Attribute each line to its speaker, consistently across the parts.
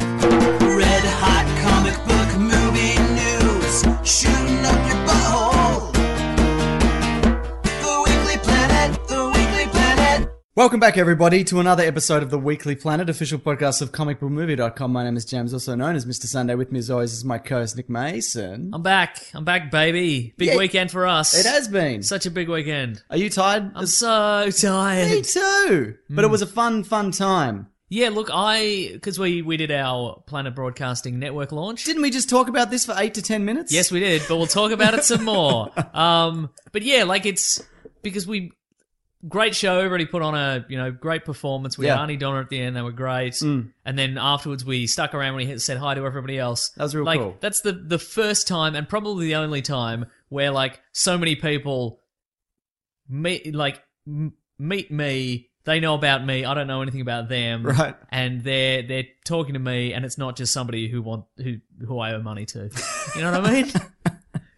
Speaker 1: Red hot comic book movie news, shooting up your butthole. The Weekly Planet, the Weekly Planet.
Speaker 2: Welcome back, everybody, to another episode of the Weekly Planet, official podcast of comicbookmovie.com. My name is James, also known as Mr. Sunday. With me, as always, is my co host, Nick Mason.
Speaker 3: I'm back. I'm back, baby. Big
Speaker 2: Yeah.
Speaker 3: weekend for us.
Speaker 2: It has been.
Speaker 3: Such a big weekend.
Speaker 2: Are you tired?
Speaker 3: I'm Hmm. so
Speaker 2: me
Speaker 3: tired.
Speaker 2: too. But it was a fun, fun time.
Speaker 3: Yeah, look, I because we we did our Planet Broadcasting Network launch.
Speaker 2: Didn't we just talk about this for eight to ten minutes?
Speaker 3: yes, we did, but we'll talk about it some more. Um, but yeah, like it's because we great show. Everybody put on a you know great performance. We
Speaker 2: Yeah. Mm.
Speaker 3: had Arnie Donna at the end; they were great. And then afterwards, we stuck around. We hit- said hi to everybody else.
Speaker 2: That was real
Speaker 3: like
Speaker 2: cool.
Speaker 3: that's the the first time and probably the only time where like so many people meet like m- meet me. They know about me. I don't know anything about them.
Speaker 2: Right.
Speaker 3: And they're they're talking to me, and it's not just somebody who want who who I owe money to. You know what I mean?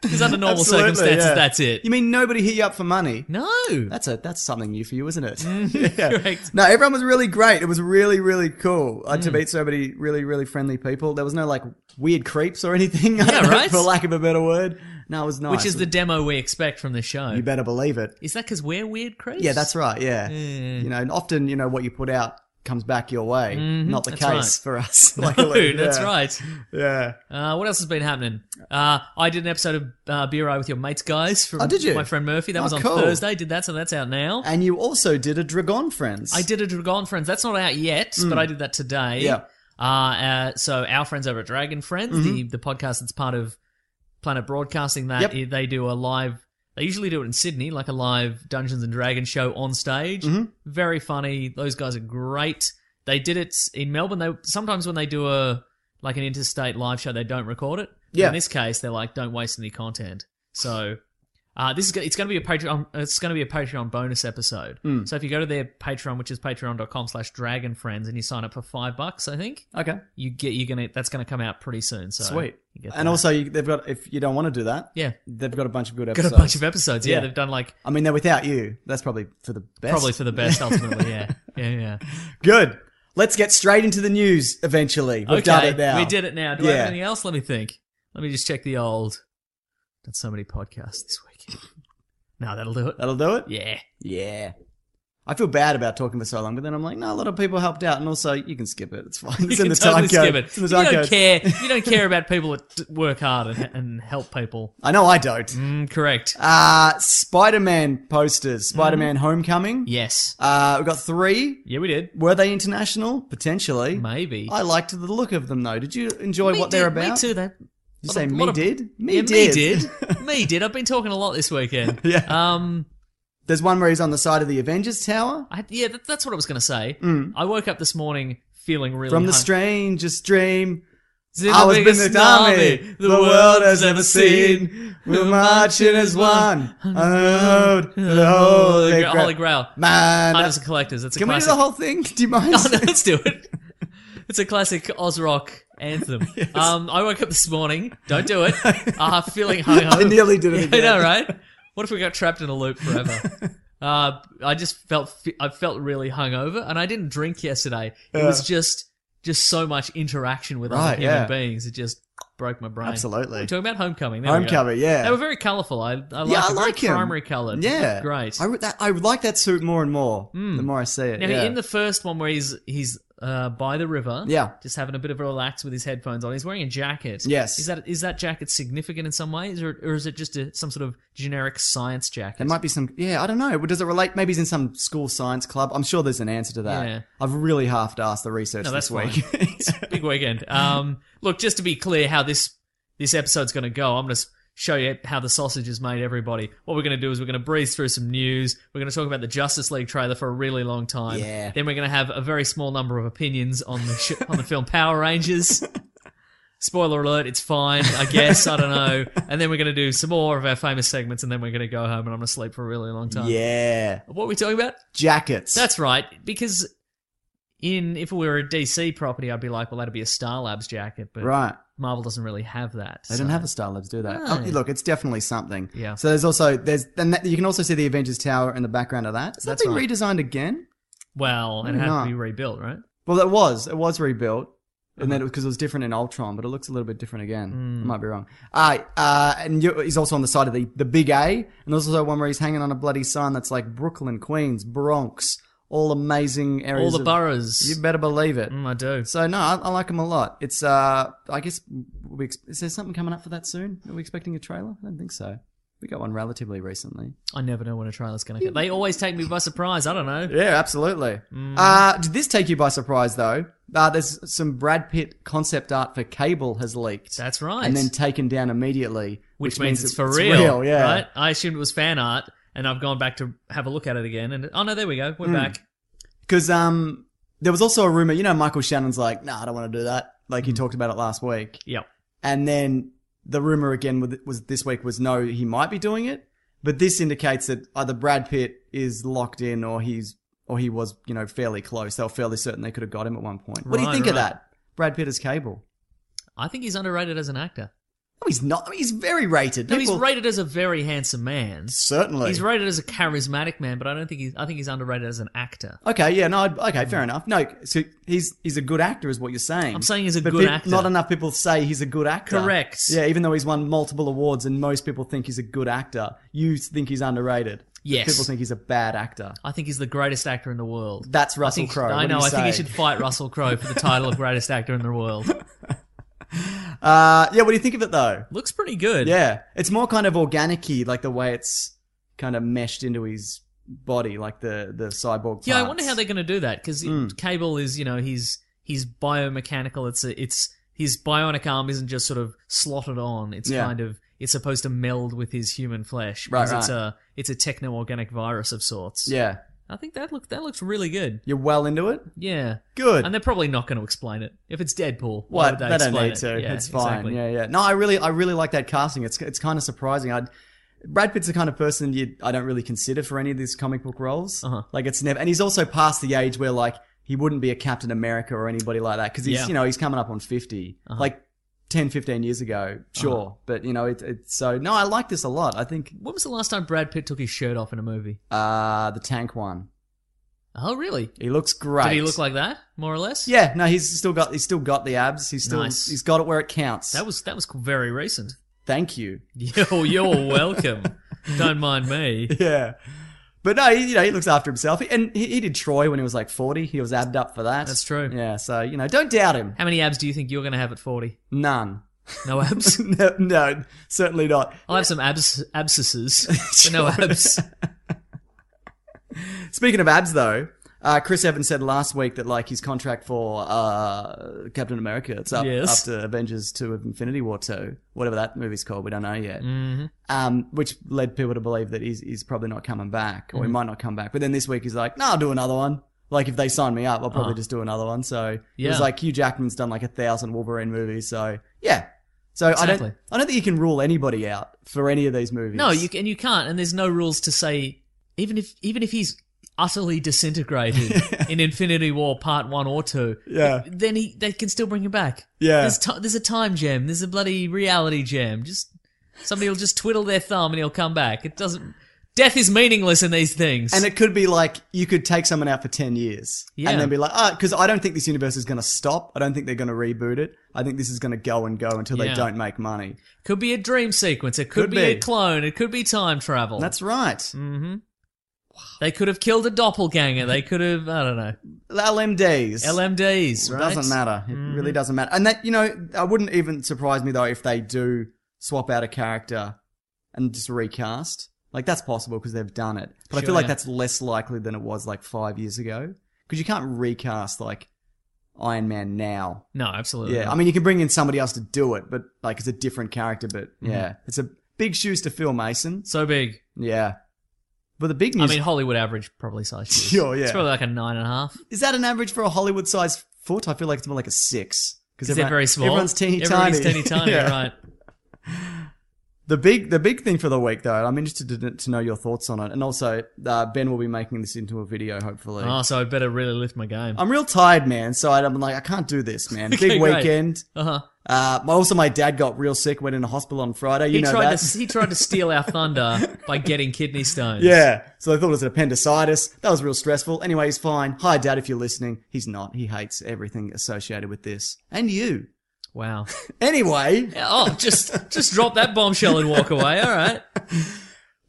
Speaker 3: Because under normal
Speaker 2: Absolutely,
Speaker 3: circumstances,
Speaker 2: yeah.
Speaker 3: that's it.
Speaker 2: You mean nobody hit you up for money?
Speaker 3: no.
Speaker 2: That's a that's something new for you, isn't
Speaker 3: Mm-hmm.
Speaker 2: it? Yeah.
Speaker 3: correct.
Speaker 2: No, everyone was really great. It was really, really cool uh,
Speaker 3: Mm.
Speaker 2: to meet so many really, really friendly people. There was no like weird creeps or anything,
Speaker 3: Yeah, right?
Speaker 2: for lack of a better word. No, it was nice.
Speaker 3: Which is the demo we expect from the show.
Speaker 2: you better believe it.
Speaker 3: Is that because we're weird creeps?
Speaker 2: Yeah, that's right. Yeah,
Speaker 3: Mm.
Speaker 2: you know, and often you know what you put out comes back your way. Not the
Speaker 3: Mm-hmm, that's
Speaker 2: case for
Speaker 3: right.
Speaker 2: us.
Speaker 3: No,
Speaker 2: luckily.
Speaker 3: that's
Speaker 2: Yeah.
Speaker 3: right.
Speaker 2: Yeah.
Speaker 3: Uh, what else has been happening? Uh, I did an episode of uh, Beer Eye with your mates, guys. From
Speaker 2: Oh, did you?
Speaker 3: My friend Murphy. That
Speaker 2: Oh,
Speaker 3: was on
Speaker 2: cool.
Speaker 3: Thursday. Did that, so that's out now.
Speaker 2: And you also did a Dragon Friends. Mm.
Speaker 3: I did a Dragon Friends. That's not out yet, but I did that today.
Speaker 2: Yeah.
Speaker 3: Uh, uh, so our friends over at Dragon Friends, the, the podcast that's part of Planet Broadcasting, that
Speaker 2: Mm-hmm. Yep.
Speaker 3: i- they do a live. They usually do it in Sydney, like a live Dungeons and Dragons show on stage.
Speaker 2: Mm-hmm.
Speaker 3: Very funny. Those guys are great. They did it in Melbourne. They sometimes when they do a like an interstate live show, they don't record it.
Speaker 2: Yeah.
Speaker 3: In this case, they're like, don't waste any content. So uh, this is go- it's going to be a Patreon. It's going to be a Patreon bonus episode.
Speaker 2: Hmm.
Speaker 3: So if you go to their Patreon, which is patreon.com/slash Dragon Friends, and you sign up for five bucks, I think
Speaker 2: Okay.
Speaker 3: you get you're gonna that's going to come out pretty soon. So
Speaker 2: Sweet.
Speaker 3: you get
Speaker 2: And
Speaker 3: that.
Speaker 2: also, you, they've got if you don't want to do that,
Speaker 3: yeah,
Speaker 2: they've got a bunch of good
Speaker 3: got
Speaker 2: episodes.
Speaker 3: a bunch of episodes. Yeah,
Speaker 2: Yeah.
Speaker 3: they've done like
Speaker 2: I mean, they're without you. That's probably for the best.
Speaker 3: probably for the best ultimately. Yeah, yeah, yeah.
Speaker 2: Good. Let's get straight into the news eventually. We've
Speaker 3: okay,
Speaker 2: done it now.
Speaker 3: we did it now. Do I
Speaker 2: Yeah.
Speaker 3: have anything else? Let me think. Let me just check the old. Done so many podcasts this week. no, that'll do it.
Speaker 2: That'll do it?
Speaker 3: Yeah.
Speaker 2: Yeah. I feel bad about talking for so long, but then I'm like, no, a lot of people helped out. And also, you can skip it. It's fine. It's
Speaker 3: you
Speaker 2: in
Speaker 3: can
Speaker 2: the time
Speaker 3: totally
Speaker 2: code.
Speaker 3: skip it.
Speaker 2: It's in the
Speaker 3: If you
Speaker 2: time
Speaker 3: don't
Speaker 2: code.
Speaker 3: care. if You don't care about people that d- work hard and, and help people.
Speaker 2: I know I don't.
Speaker 3: Mm, correct.
Speaker 2: Uh, Spider Man posters.
Speaker 3: Hmm.
Speaker 2: Spider Man Homecoming.
Speaker 3: Yes.
Speaker 2: Uh, we've got three.
Speaker 3: Yeah, we did.
Speaker 2: Were they international? Potentially.
Speaker 3: Maybe.
Speaker 2: I liked the look of them, though. Did you enjoy
Speaker 3: Me
Speaker 2: what they're
Speaker 3: did- Me
Speaker 2: about?
Speaker 3: too. They,
Speaker 2: You
Speaker 3: lot
Speaker 2: say
Speaker 3: of-
Speaker 2: me
Speaker 3: lot of-
Speaker 2: did? Me
Speaker 3: yeah,
Speaker 2: did.
Speaker 3: Me did. me did. I've been talking a lot this weekend.
Speaker 2: Yeah.
Speaker 3: Um.
Speaker 2: There's one where he's on the side of the Avengers Tower.
Speaker 3: I, yeah. That, that's what I was gonna say. I woke up this morning feeling really
Speaker 2: Mm. From the
Speaker 3: hung-
Speaker 2: strangest dream,
Speaker 3: It's in
Speaker 2: I was
Speaker 3: biggest
Speaker 2: in the army the world has ever seen. We're marching as one, on the road to the Holy
Speaker 3: Gra-
Speaker 2: Grail.
Speaker 3: Holy Grail.
Speaker 2: Man,
Speaker 3: Hunters and collectors. It's
Speaker 2: Uh,
Speaker 3: a
Speaker 2: can we do
Speaker 3: classic.
Speaker 2: the whole thing? Do you mind?
Speaker 3: Oh, no, let's do it. It's a classic Oz rock anthem. Um, I woke up this morning. Don't do it. Uh, feeling hungover.
Speaker 2: I nearly did it
Speaker 3: I
Speaker 2: again.
Speaker 3: know, right? What if we got trapped in a loop forever? uh, I just felt I felt really hungover, and I didn't drink yesterday. It was just just so much interaction with
Speaker 2: Right,
Speaker 3: other human
Speaker 2: yeah.
Speaker 3: beings. It just broke my brain.
Speaker 2: Absolutely.
Speaker 3: We're talking about Homecoming. There we go.
Speaker 2: Homecoming, yeah.
Speaker 3: They were very colourful. I, I like,
Speaker 2: yeah, I
Speaker 3: them.
Speaker 2: like
Speaker 3: very
Speaker 2: him.
Speaker 3: primary coloured.
Speaker 2: Yeah,
Speaker 3: great. Hmm.
Speaker 2: I, would- that, I would like that suit more and more the more I see it.
Speaker 3: Now
Speaker 2: yeah.
Speaker 3: in the first one where he's he's uh, by the river,
Speaker 2: Yeah.
Speaker 3: just having a bit of a relax with his headphones on. He's wearing a jacket.
Speaker 2: Yes.
Speaker 3: is that is that jacket significant in some ways, or or is it just a, some sort of generic science jacket?
Speaker 2: there might be some. Yeah, I don't know. Does it relate? Maybe he's in some school science club. I'm sure there's an answer to that.
Speaker 3: Yeah.
Speaker 2: I've really half-assed the research
Speaker 3: No,
Speaker 2: this
Speaker 3: that's
Speaker 2: week.
Speaker 3: fine. it's a big weekend. Um, look, just to be clear, how this this episode's going to go, I'm going to show you how the sausage is made. Everybody, what we're going to do is we're going to breeze through some news. We're going to talk about the Justice League trailer for a really long time.
Speaker 2: Yeah.
Speaker 3: Then we're going to have a very small number of opinions on the sh- on the film Power Rangers. Spoiler alert, it's fine, I guess, I don't know. And then we're going to do some more of our famous segments, and then we're going to go home and I'm going to sleep for a really long time.
Speaker 2: yeah,
Speaker 3: What are we talking about?
Speaker 2: jackets.
Speaker 3: That's right, because in if it were a DC property, I'd be like, well, that'd be a Star Labs jacket, but
Speaker 2: right.
Speaker 3: Marvel doesn't really have that.
Speaker 2: They
Speaker 3: so-
Speaker 2: didn't have a Star Labs, do they?
Speaker 3: No.
Speaker 2: Oh, look, it's definitely something.
Speaker 3: Yeah.
Speaker 2: So there's also there's and that, you can also see the Avengers Tower in the background of that. Is that
Speaker 3: That's
Speaker 2: being
Speaker 3: right.
Speaker 2: redesigned again?
Speaker 3: Well, and it
Speaker 2: Maybe
Speaker 3: had
Speaker 2: not.
Speaker 3: to be rebuilt, right?
Speaker 2: Well, it was. It was rebuilt. And
Speaker 3: Uh-huh.
Speaker 2: then because it was different in Ultron, but it looks a little bit different again.
Speaker 3: Hmm.
Speaker 2: I might be wrong. Uh, uh, and you, he's also on the side of the, the big A. And there's also one where he's hanging on a bloody sign that's like Brooklyn, Queens, Bronx, all amazing
Speaker 3: All
Speaker 2: areas.
Speaker 3: the
Speaker 2: of-
Speaker 3: boroughs.
Speaker 2: You better believe it.
Speaker 3: Mm, I do.
Speaker 2: So no, I, I like him a lot. It's uh, I guess we ex- is there something coming up for that soon? Are we expecting a trailer? I don't think so. We got one relatively recently.
Speaker 3: I never know when a trailer's going to get. They always take me by surprise. I don't know.
Speaker 2: Yeah, absolutely.
Speaker 3: Mm.
Speaker 2: Uh, did this take you by surprise though? Uh, there's some Brad Pitt concept art for Cable has leaked.
Speaker 3: That's right.
Speaker 2: And then taken down immediately,
Speaker 3: which, means, it's for real.
Speaker 2: yeah.
Speaker 3: Right? I assumed it was fan art, and I've gone back to have a look at it again. And oh no, there we go.
Speaker 2: Hmm.
Speaker 3: We're back.
Speaker 2: Because um, there was also a rumor. You know, Michael Shannon's like, nah, I don't want to do that. Like
Speaker 3: Mm.
Speaker 2: he talked about it last week.
Speaker 3: Yep.
Speaker 2: And then the rumor again with- was this week was no, he might be doing it, but this indicates that either Brad Pitt is locked in or he's or he was, you know, fairly close. They were fairly certain they could have got him at one point. What do you
Speaker 3: Right,
Speaker 2: think of
Speaker 3: right.
Speaker 2: that? Brad Pitt as Cable.
Speaker 3: I think he's underrated as an actor.
Speaker 2: No, he's not. I mean, he's very rated.
Speaker 3: No, he's
Speaker 2: People-
Speaker 3: rated as a very handsome man.
Speaker 2: Certainly.
Speaker 3: He's rated as a charismatic man, but I don't think he's. I think he's underrated as an actor.
Speaker 2: Okay, yeah, no, I'd- okay, fair enough. No, so he's he's a good actor, is what you're saying.
Speaker 3: I'm saying he's a
Speaker 2: But
Speaker 3: good
Speaker 2: peop-
Speaker 3: actor.
Speaker 2: Not enough people say he's a good actor.
Speaker 3: Correct.
Speaker 2: Yeah, even though he's won multiple awards, and most people think he's a good actor, you think he's underrated.
Speaker 3: Yes.
Speaker 2: People think he's a bad actor.
Speaker 3: I think he's the greatest actor in the world.
Speaker 2: That's
Speaker 3: I
Speaker 2: Russell
Speaker 3: think-
Speaker 2: Crowe. What
Speaker 3: I
Speaker 2: do
Speaker 3: know.
Speaker 2: you
Speaker 3: I think he
Speaker 2: say?
Speaker 3: should fight Russell Crowe for the title of greatest actor in the world.
Speaker 2: Uh, yeah. What do you think of it though?
Speaker 3: Looks pretty good.
Speaker 2: Yeah, it's more kind of organic-y, like the way it's kind of meshed into his body, like the the cyborg.
Speaker 3: Yeah, I
Speaker 2: parts.
Speaker 3: wonder how they're going to do that because
Speaker 2: Hmm.
Speaker 3: Cable is, you know, he's he's biomechanical. It's a, it's his bionic arm isn't just sort of slotted on. It's
Speaker 2: Yeah.
Speaker 3: kind of it's supposed to meld with his human flesh
Speaker 2: Right,
Speaker 3: because it's
Speaker 2: right.
Speaker 3: a it's a techno organic virus of sorts.
Speaker 2: Yeah,
Speaker 3: I think that look that looks really good.
Speaker 2: you're well into it.
Speaker 3: Yeah,
Speaker 2: Good.
Speaker 3: and they're probably not going to explain it if it's Deadpool.
Speaker 2: What
Speaker 3: Why would they,
Speaker 2: they don't
Speaker 3: explain
Speaker 2: need
Speaker 3: it?
Speaker 2: to.
Speaker 3: Yeah,
Speaker 2: it's fine.
Speaker 3: exactly.
Speaker 2: Yeah, yeah. No, I really, I really like that casting. It's it's kind of surprising. I, Brad Pitt's the kind of person you I don't really consider for any of these comic book roles.
Speaker 3: Uh-huh.
Speaker 2: Like it's never, and he's also past the age where like he wouldn't be a Captain America or anybody like that because he's
Speaker 3: Yeah. Uh-huh.
Speaker 2: you know he's coming up on 50 Like. 10, 15 years ago, sure. But, you know, it, it's so, no, I like this a lot. I think,
Speaker 3: When was the last time Brad Pitt took his shirt off in a movie?
Speaker 2: uh, the tank one.
Speaker 3: Oh, really?
Speaker 2: He looks great.
Speaker 3: Did he look like that, more or less?
Speaker 2: Yeah, no, he's still got, he's still got the abs. He's still,
Speaker 3: Nice.
Speaker 2: he's got it where it counts.
Speaker 3: That was that was very recent.
Speaker 2: Thank you.
Speaker 3: Yo, you're welcome. Don't mind me.
Speaker 2: Yeah. But no, he, you know, he looks after himself. And he, he did Troy when he was like 40. He was abbed up for that.
Speaker 3: That's true.
Speaker 2: Yeah, so, you know, don't doubt him.
Speaker 3: How many abs do you think you're going to have at 40?
Speaker 2: None.
Speaker 3: No abs?
Speaker 2: no, no, certainly not.
Speaker 3: I'll have some abs- abscesses, but no abs.
Speaker 2: Speaking of abs, though, uh, Chris Evans said last week that, like, his contract for uh, Captain America, it's up,
Speaker 3: Yes.
Speaker 2: up to Avengers 2 of Infinity War 2, whatever that movie's called, we don't know yet.
Speaker 3: Mm-hmm.
Speaker 2: Um, which led people to believe that he's, he's probably not coming back,
Speaker 3: Mm-hmm.
Speaker 2: or he might not come back. But then this week he's like, no, I'll do another one. Like, if they sign me up, I'll probably just do another one. So it
Speaker 3: Ah. Yeah.
Speaker 2: was like Hugh Jackman's done like a thousand Wolverine movies. So, yeah. So I
Speaker 3: Exactly.
Speaker 2: don't, I don't think you can rule anybody out for any of these movies.
Speaker 3: No, you and you can't. And there's no rules to say even if even if he's utterly disintegrated in Infinity War Part One or Two.
Speaker 2: Yeah.
Speaker 3: Then he they can still bring him back.
Speaker 2: Yeah.
Speaker 3: There's ti there's a time gem. There's a bloody reality gem. Just somebody will just twiddle their thumb and he'll come back. It doesn't. Death is meaningless in these things.
Speaker 2: And it could be like you could take someone out for 10 years
Speaker 3: Yeah.
Speaker 2: and then be like, ah, because I don't think this universe is going to stop. I don't think they're going to reboot it. I think this is going to go and go until
Speaker 3: Yeah.
Speaker 2: they don't make money.
Speaker 3: Could be a dream sequence. It could,
Speaker 2: Could
Speaker 3: be, a
Speaker 2: be.
Speaker 3: clone. It could be time travel.
Speaker 2: That's right.
Speaker 3: hmm They could have killed a doppelganger. They could have, I don't know,
Speaker 2: LMDs.
Speaker 3: LMDs. Right? Mm-hmm.
Speaker 2: Doesn't matter. It really doesn't matter. And that you know, I wouldn't even surprise me though if they do swap out a character and just recast. Like that's possible because they've done it. But I feel
Speaker 3: Sure.
Speaker 2: like that's less likely than it was like five years ago because you can't recast like Iron Man now.
Speaker 3: No, absolutely.
Speaker 2: Yeah, I mean you can bring in somebody else to do it, but like it's a different character. But
Speaker 3: Mm-hmm.
Speaker 2: yeah, it's a big shoes to fill, Mason.
Speaker 3: so big.
Speaker 2: Yeah, but the big
Speaker 3: I
Speaker 2: news
Speaker 3: mean, Hollywood average probably size. shoes.
Speaker 2: Sure, Oh, yeah.
Speaker 3: It's probably like a nine and a half.
Speaker 2: Is that an average for a Hollywood sized foot? I feel like it's more like a six. Because
Speaker 3: Is it very small?
Speaker 2: Everyone's teeny
Speaker 3: Everybody's
Speaker 2: tiny.
Speaker 3: teeny tiny,
Speaker 2: Yeah.
Speaker 3: right?
Speaker 2: The big, the big thing for the week, though, and I'm interested to, to know your thoughts on it. And also, uh, Ben will be making this into a video, hopefully.
Speaker 3: Oh, so I better really lift my game.
Speaker 2: I'm real tired, man. So I- I'm like, I can't do this, man.
Speaker 3: Okay,
Speaker 2: big
Speaker 3: great.
Speaker 2: weekend.
Speaker 3: Uh-huh.
Speaker 2: Uh, my- also, my dad got real sick, went in the hospital on Friday. You
Speaker 3: He
Speaker 2: know
Speaker 3: tried
Speaker 2: that.
Speaker 3: to he tried to steal our thunder by getting kidney stones.
Speaker 2: yeah. So they thought it was an appendicitis. That was real stressful. Anyway, he's fine. Hi, dad, if you're listening. He's not. He hates everything associated with this. And you.
Speaker 3: Wow.
Speaker 2: Anyway.
Speaker 3: Oh, just just drop that bombshell and walk away. All right.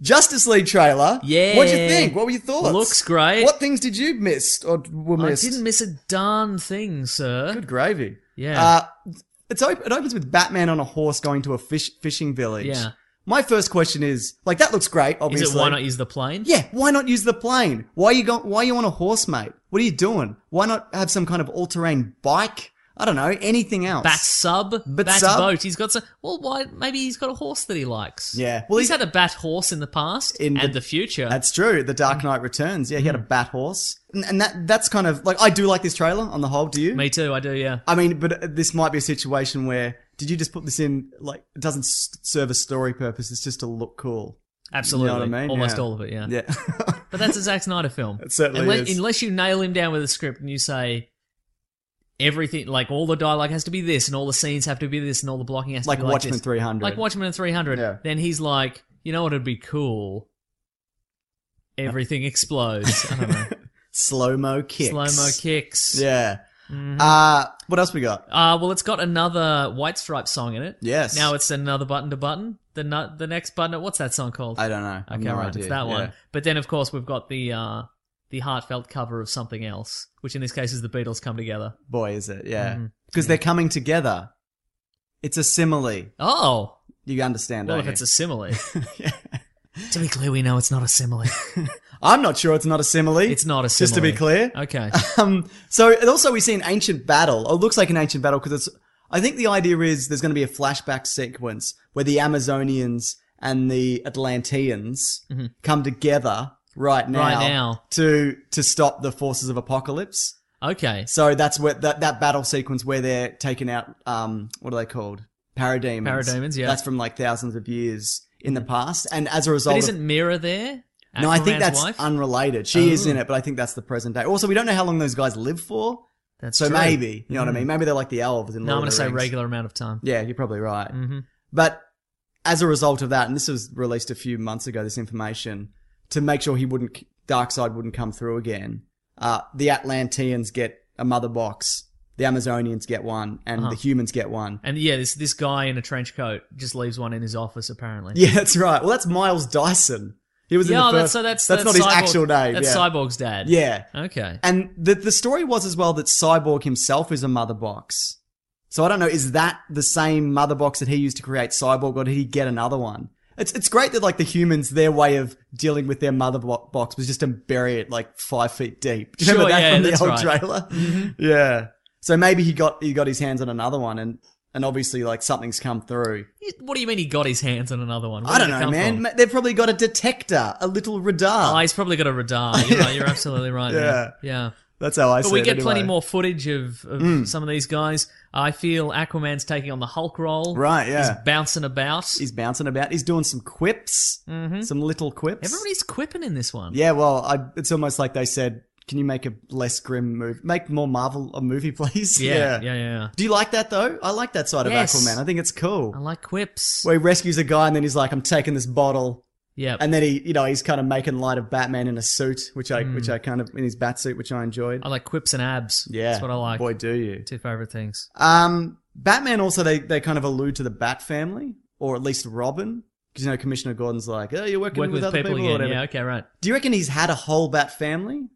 Speaker 2: Justice League trailer.
Speaker 3: Yeah.
Speaker 2: What'd you think? What were your thoughts?
Speaker 3: Looks great.
Speaker 2: What things did you miss or were missed?
Speaker 3: I didn't miss a darn thing, sir.
Speaker 2: Good gravy.
Speaker 3: Yeah.
Speaker 2: Uh, it's op- it opens with Batman on a horse going to a fish fishing village.
Speaker 3: Yeah.
Speaker 2: My first question is like that looks great. Obviously.
Speaker 3: Is it why not use the plane?
Speaker 2: Yeah. Why not use the plane? Why you go- Why you on a horse, mate? What are you doing? Why not have some kind of all terrain bike? I don't know anything else.
Speaker 3: Bat sub,
Speaker 2: Bat
Speaker 3: bat
Speaker 2: sub?
Speaker 3: boat. He's got some. Well, why? Maybe he's got a horse that he likes.
Speaker 2: Yeah. Well,
Speaker 3: Well, he's,
Speaker 2: he's-
Speaker 3: had a bat horse in the past
Speaker 2: In
Speaker 3: and
Speaker 2: the-
Speaker 3: the, future.
Speaker 2: That's true. The
Speaker 3: Mm.
Speaker 2: Dark Knight Returns. Yeah, he had a bat horse, and, and that that's kind of like I do like this trailer on the whole. Do you?
Speaker 3: Me too. I do. Yeah.
Speaker 2: I mean, but uh, this might be a situation where did you just put this in? Like, it doesn't s- serve a story purpose. It's just to look cool.
Speaker 3: Absolutely.
Speaker 2: You know what I mean?
Speaker 3: Almost
Speaker 2: Yeah.
Speaker 3: all of it. Yeah.
Speaker 2: Yeah,
Speaker 3: But that's a Zack Snyder film.
Speaker 2: It certainly
Speaker 3: unless,
Speaker 2: is.
Speaker 3: Unless you nail him down with a script and you say everything, like all the dialogue has to be this, and all the scenes have to be this, and all the blocking has to
Speaker 2: like
Speaker 3: be like
Speaker 2: Watchmen
Speaker 3: this.
Speaker 2: three hundred.
Speaker 3: like Watchmen and 300,
Speaker 2: Yeah.
Speaker 3: then he's like, you know what would be cool? Everything explodes. I don't know.
Speaker 2: slow mo kicks.
Speaker 3: Slow mo kicks. Mm. Mm-hmm.
Speaker 2: Yeah. Uh, what else we got?
Speaker 3: Uh, well, it's got another White Stripe song in it.
Speaker 2: Yes.
Speaker 3: Now it's another button to button. The nu- the next button. What's that song called?
Speaker 2: I don't know. I have
Speaker 3: Okay,
Speaker 2: no
Speaker 3: right,
Speaker 2: idea.
Speaker 3: it's that one.
Speaker 2: Yeah.
Speaker 3: But then, of course, we've got the uh, the heartfelt cover of something else, which in this case is the Beatles come together.
Speaker 2: Boy, is it? Yeah,
Speaker 3: Mm-hmm.
Speaker 2: because they're coming together. It's a simile.
Speaker 3: Oh,
Speaker 2: You understand?
Speaker 3: well,
Speaker 2: don't
Speaker 3: if
Speaker 2: you?
Speaker 3: it's a simile. To be clear, we know it's not a simile.
Speaker 2: I'm not sure. It's not a simile.
Speaker 3: It's not a simile.
Speaker 2: Just to be clear.
Speaker 3: Okay.
Speaker 2: Um, so and also we see an ancient battle. Oh, it looks like an ancient battle because it's. I think the idea is there's going to be a flashback sequence where the Amazonians and the Atlanteans come together right now,
Speaker 3: Mm-hmm. Right now.
Speaker 2: to to stop the forces of apocalypse.
Speaker 3: Okay.
Speaker 2: So that's where that, that battle sequence where they're taking out um what are they called parademons?
Speaker 3: Parademons, yeah.
Speaker 2: That's from like thousands of years in the past, and as a result,
Speaker 3: But
Speaker 2: of-
Speaker 3: isn't Mira there?
Speaker 2: no, I think
Speaker 3: Aquaman's
Speaker 2: that's
Speaker 3: wife? Oh.
Speaker 2: unrelated. She is in it, but I think that's the present day. Also, we don't know how long those guys live for.
Speaker 3: that's
Speaker 2: So
Speaker 3: true. Mm.
Speaker 2: maybe you know what I mean. Maybe they're like the elves in.
Speaker 3: No,
Speaker 2: Lord
Speaker 3: I'm
Speaker 2: of
Speaker 3: going to
Speaker 2: the
Speaker 3: say
Speaker 2: Rings.
Speaker 3: regular amount of time. Mm-hmm.
Speaker 2: Yeah, you're probably right. But as a result of that, and this was released a few months ago, this information to make sure he wouldn't, Darkseid wouldn't come through again. Uh, the Atlanteans get a mother box, the Amazonians get one, and
Speaker 3: Uh-huh.
Speaker 2: the humans get one.
Speaker 3: And yeah, this this guy in a trench coat just leaves one in his office apparently.
Speaker 2: Yeah, that's right. Well, that's Miles Dyson. He was
Speaker 3: Yeah, oh,
Speaker 2: in the
Speaker 3: that's
Speaker 2: first.
Speaker 3: so that's
Speaker 2: that's, not
Speaker 3: Cyborg-
Speaker 2: his actual name.
Speaker 3: That's
Speaker 2: yeah.
Speaker 3: Cyborg's dad.
Speaker 2: Yeah.
Speaker 3: Okay.
Speaker 2: And the the story was as well that Cyborg himself is a mother box. So I don't know, is that the same mother box that he used to create Cyborg, or did he get another one? It's it's great that like the humans, their way of dealing with their mother bo- box was just to bury it like five feet deep. Do you remember
Speaker 3: Sure,
Speaker 2: that
Speaker 3: yeah,
Speaker 2: from the
Speaker 3: that's
Speaker 2: old
Speaker 3: right. Mm-hmm.
Speaker 2: trailer? Yeah. So maybe he got he got his hands on another one, and and obviously like something's come through.
Speaker 3: What do you mean he got his hands on another one? Where
Speaker 2: I
Speaker 3: did
Speaker 2: don't
Speaker 3: it
Speaker 2: know,
Speaker 3: come
Speaker 2: man.
Speaker 3: from?
Speaker 2: Ma- They've probably got a detector, a little radar.
Speaker 3: Oh, he's probably got a radar. You're, right. You're absolutely right.
Speaker 2: Yeah.
Speaker 3: Yeah. Yeah.
Speaker 2: That's how I see
Speaker 3: But we
Speaker 2: it
Speaker 3: get plenty
Speaker 2: anyway. Hmm.
Speaker 3: more footage of, of some of these guys. I feel Aquaman's taking on the Hulk role.
Speaker 2: Right, yeah.
Speaker 3: He's bouncing about. Mm-hmm.
Speaker 2: He's bouncing about. He's doing some quips,
Speaker 3: Hmm?
Speaker 2: some little quips.
Speaker 3: Everybody's quipping in this one.
Speaker 2: Yeah, well, I, it's almost like they said, "Can you make a less grim move? Make more Marvel a movie, please."
Speaker 3: Yeah. Yeah. Yeah. yeah.
Speaker 2: Do you like that though? I like that side
Speaker 3: Yes.
Speaker 2: of Aquaman. I think it's cool.
Speaker 3: I like quips.
Speaker 2: Where he rescues a guy and then he's like, "I'm taking this bottle."
Speaker 3: Yeah.
Speaker 2: And then he, you know, he's kind of making light of Batman in a suit, which I, which I kind of in his bat suit, which I enjoyed.
Speaker 3: Hmm. I like quips and abs.
Speaker 2: yeah,
Speaker 3: That's what I like.
Speaker 2: Boy, do you!
Speaker 3: Two favorite things.
Speaker 2: Um, Batman also they they kind of allude to the Bat family, or at least Robin, because you know Commissioner Gordon's like, oh, you're working
Speaker 3: Working
Speaker 2: with,
Speaker 3: with,
Speaker 2: other
Speaker 3: people,
Speaker 2: people, or
Speaker 3: again.
Speaker 2: whatever.
Speaker 3: Yeah. Okay. Right.
Speaker 2: Do you reckon he's had a whole Bat family?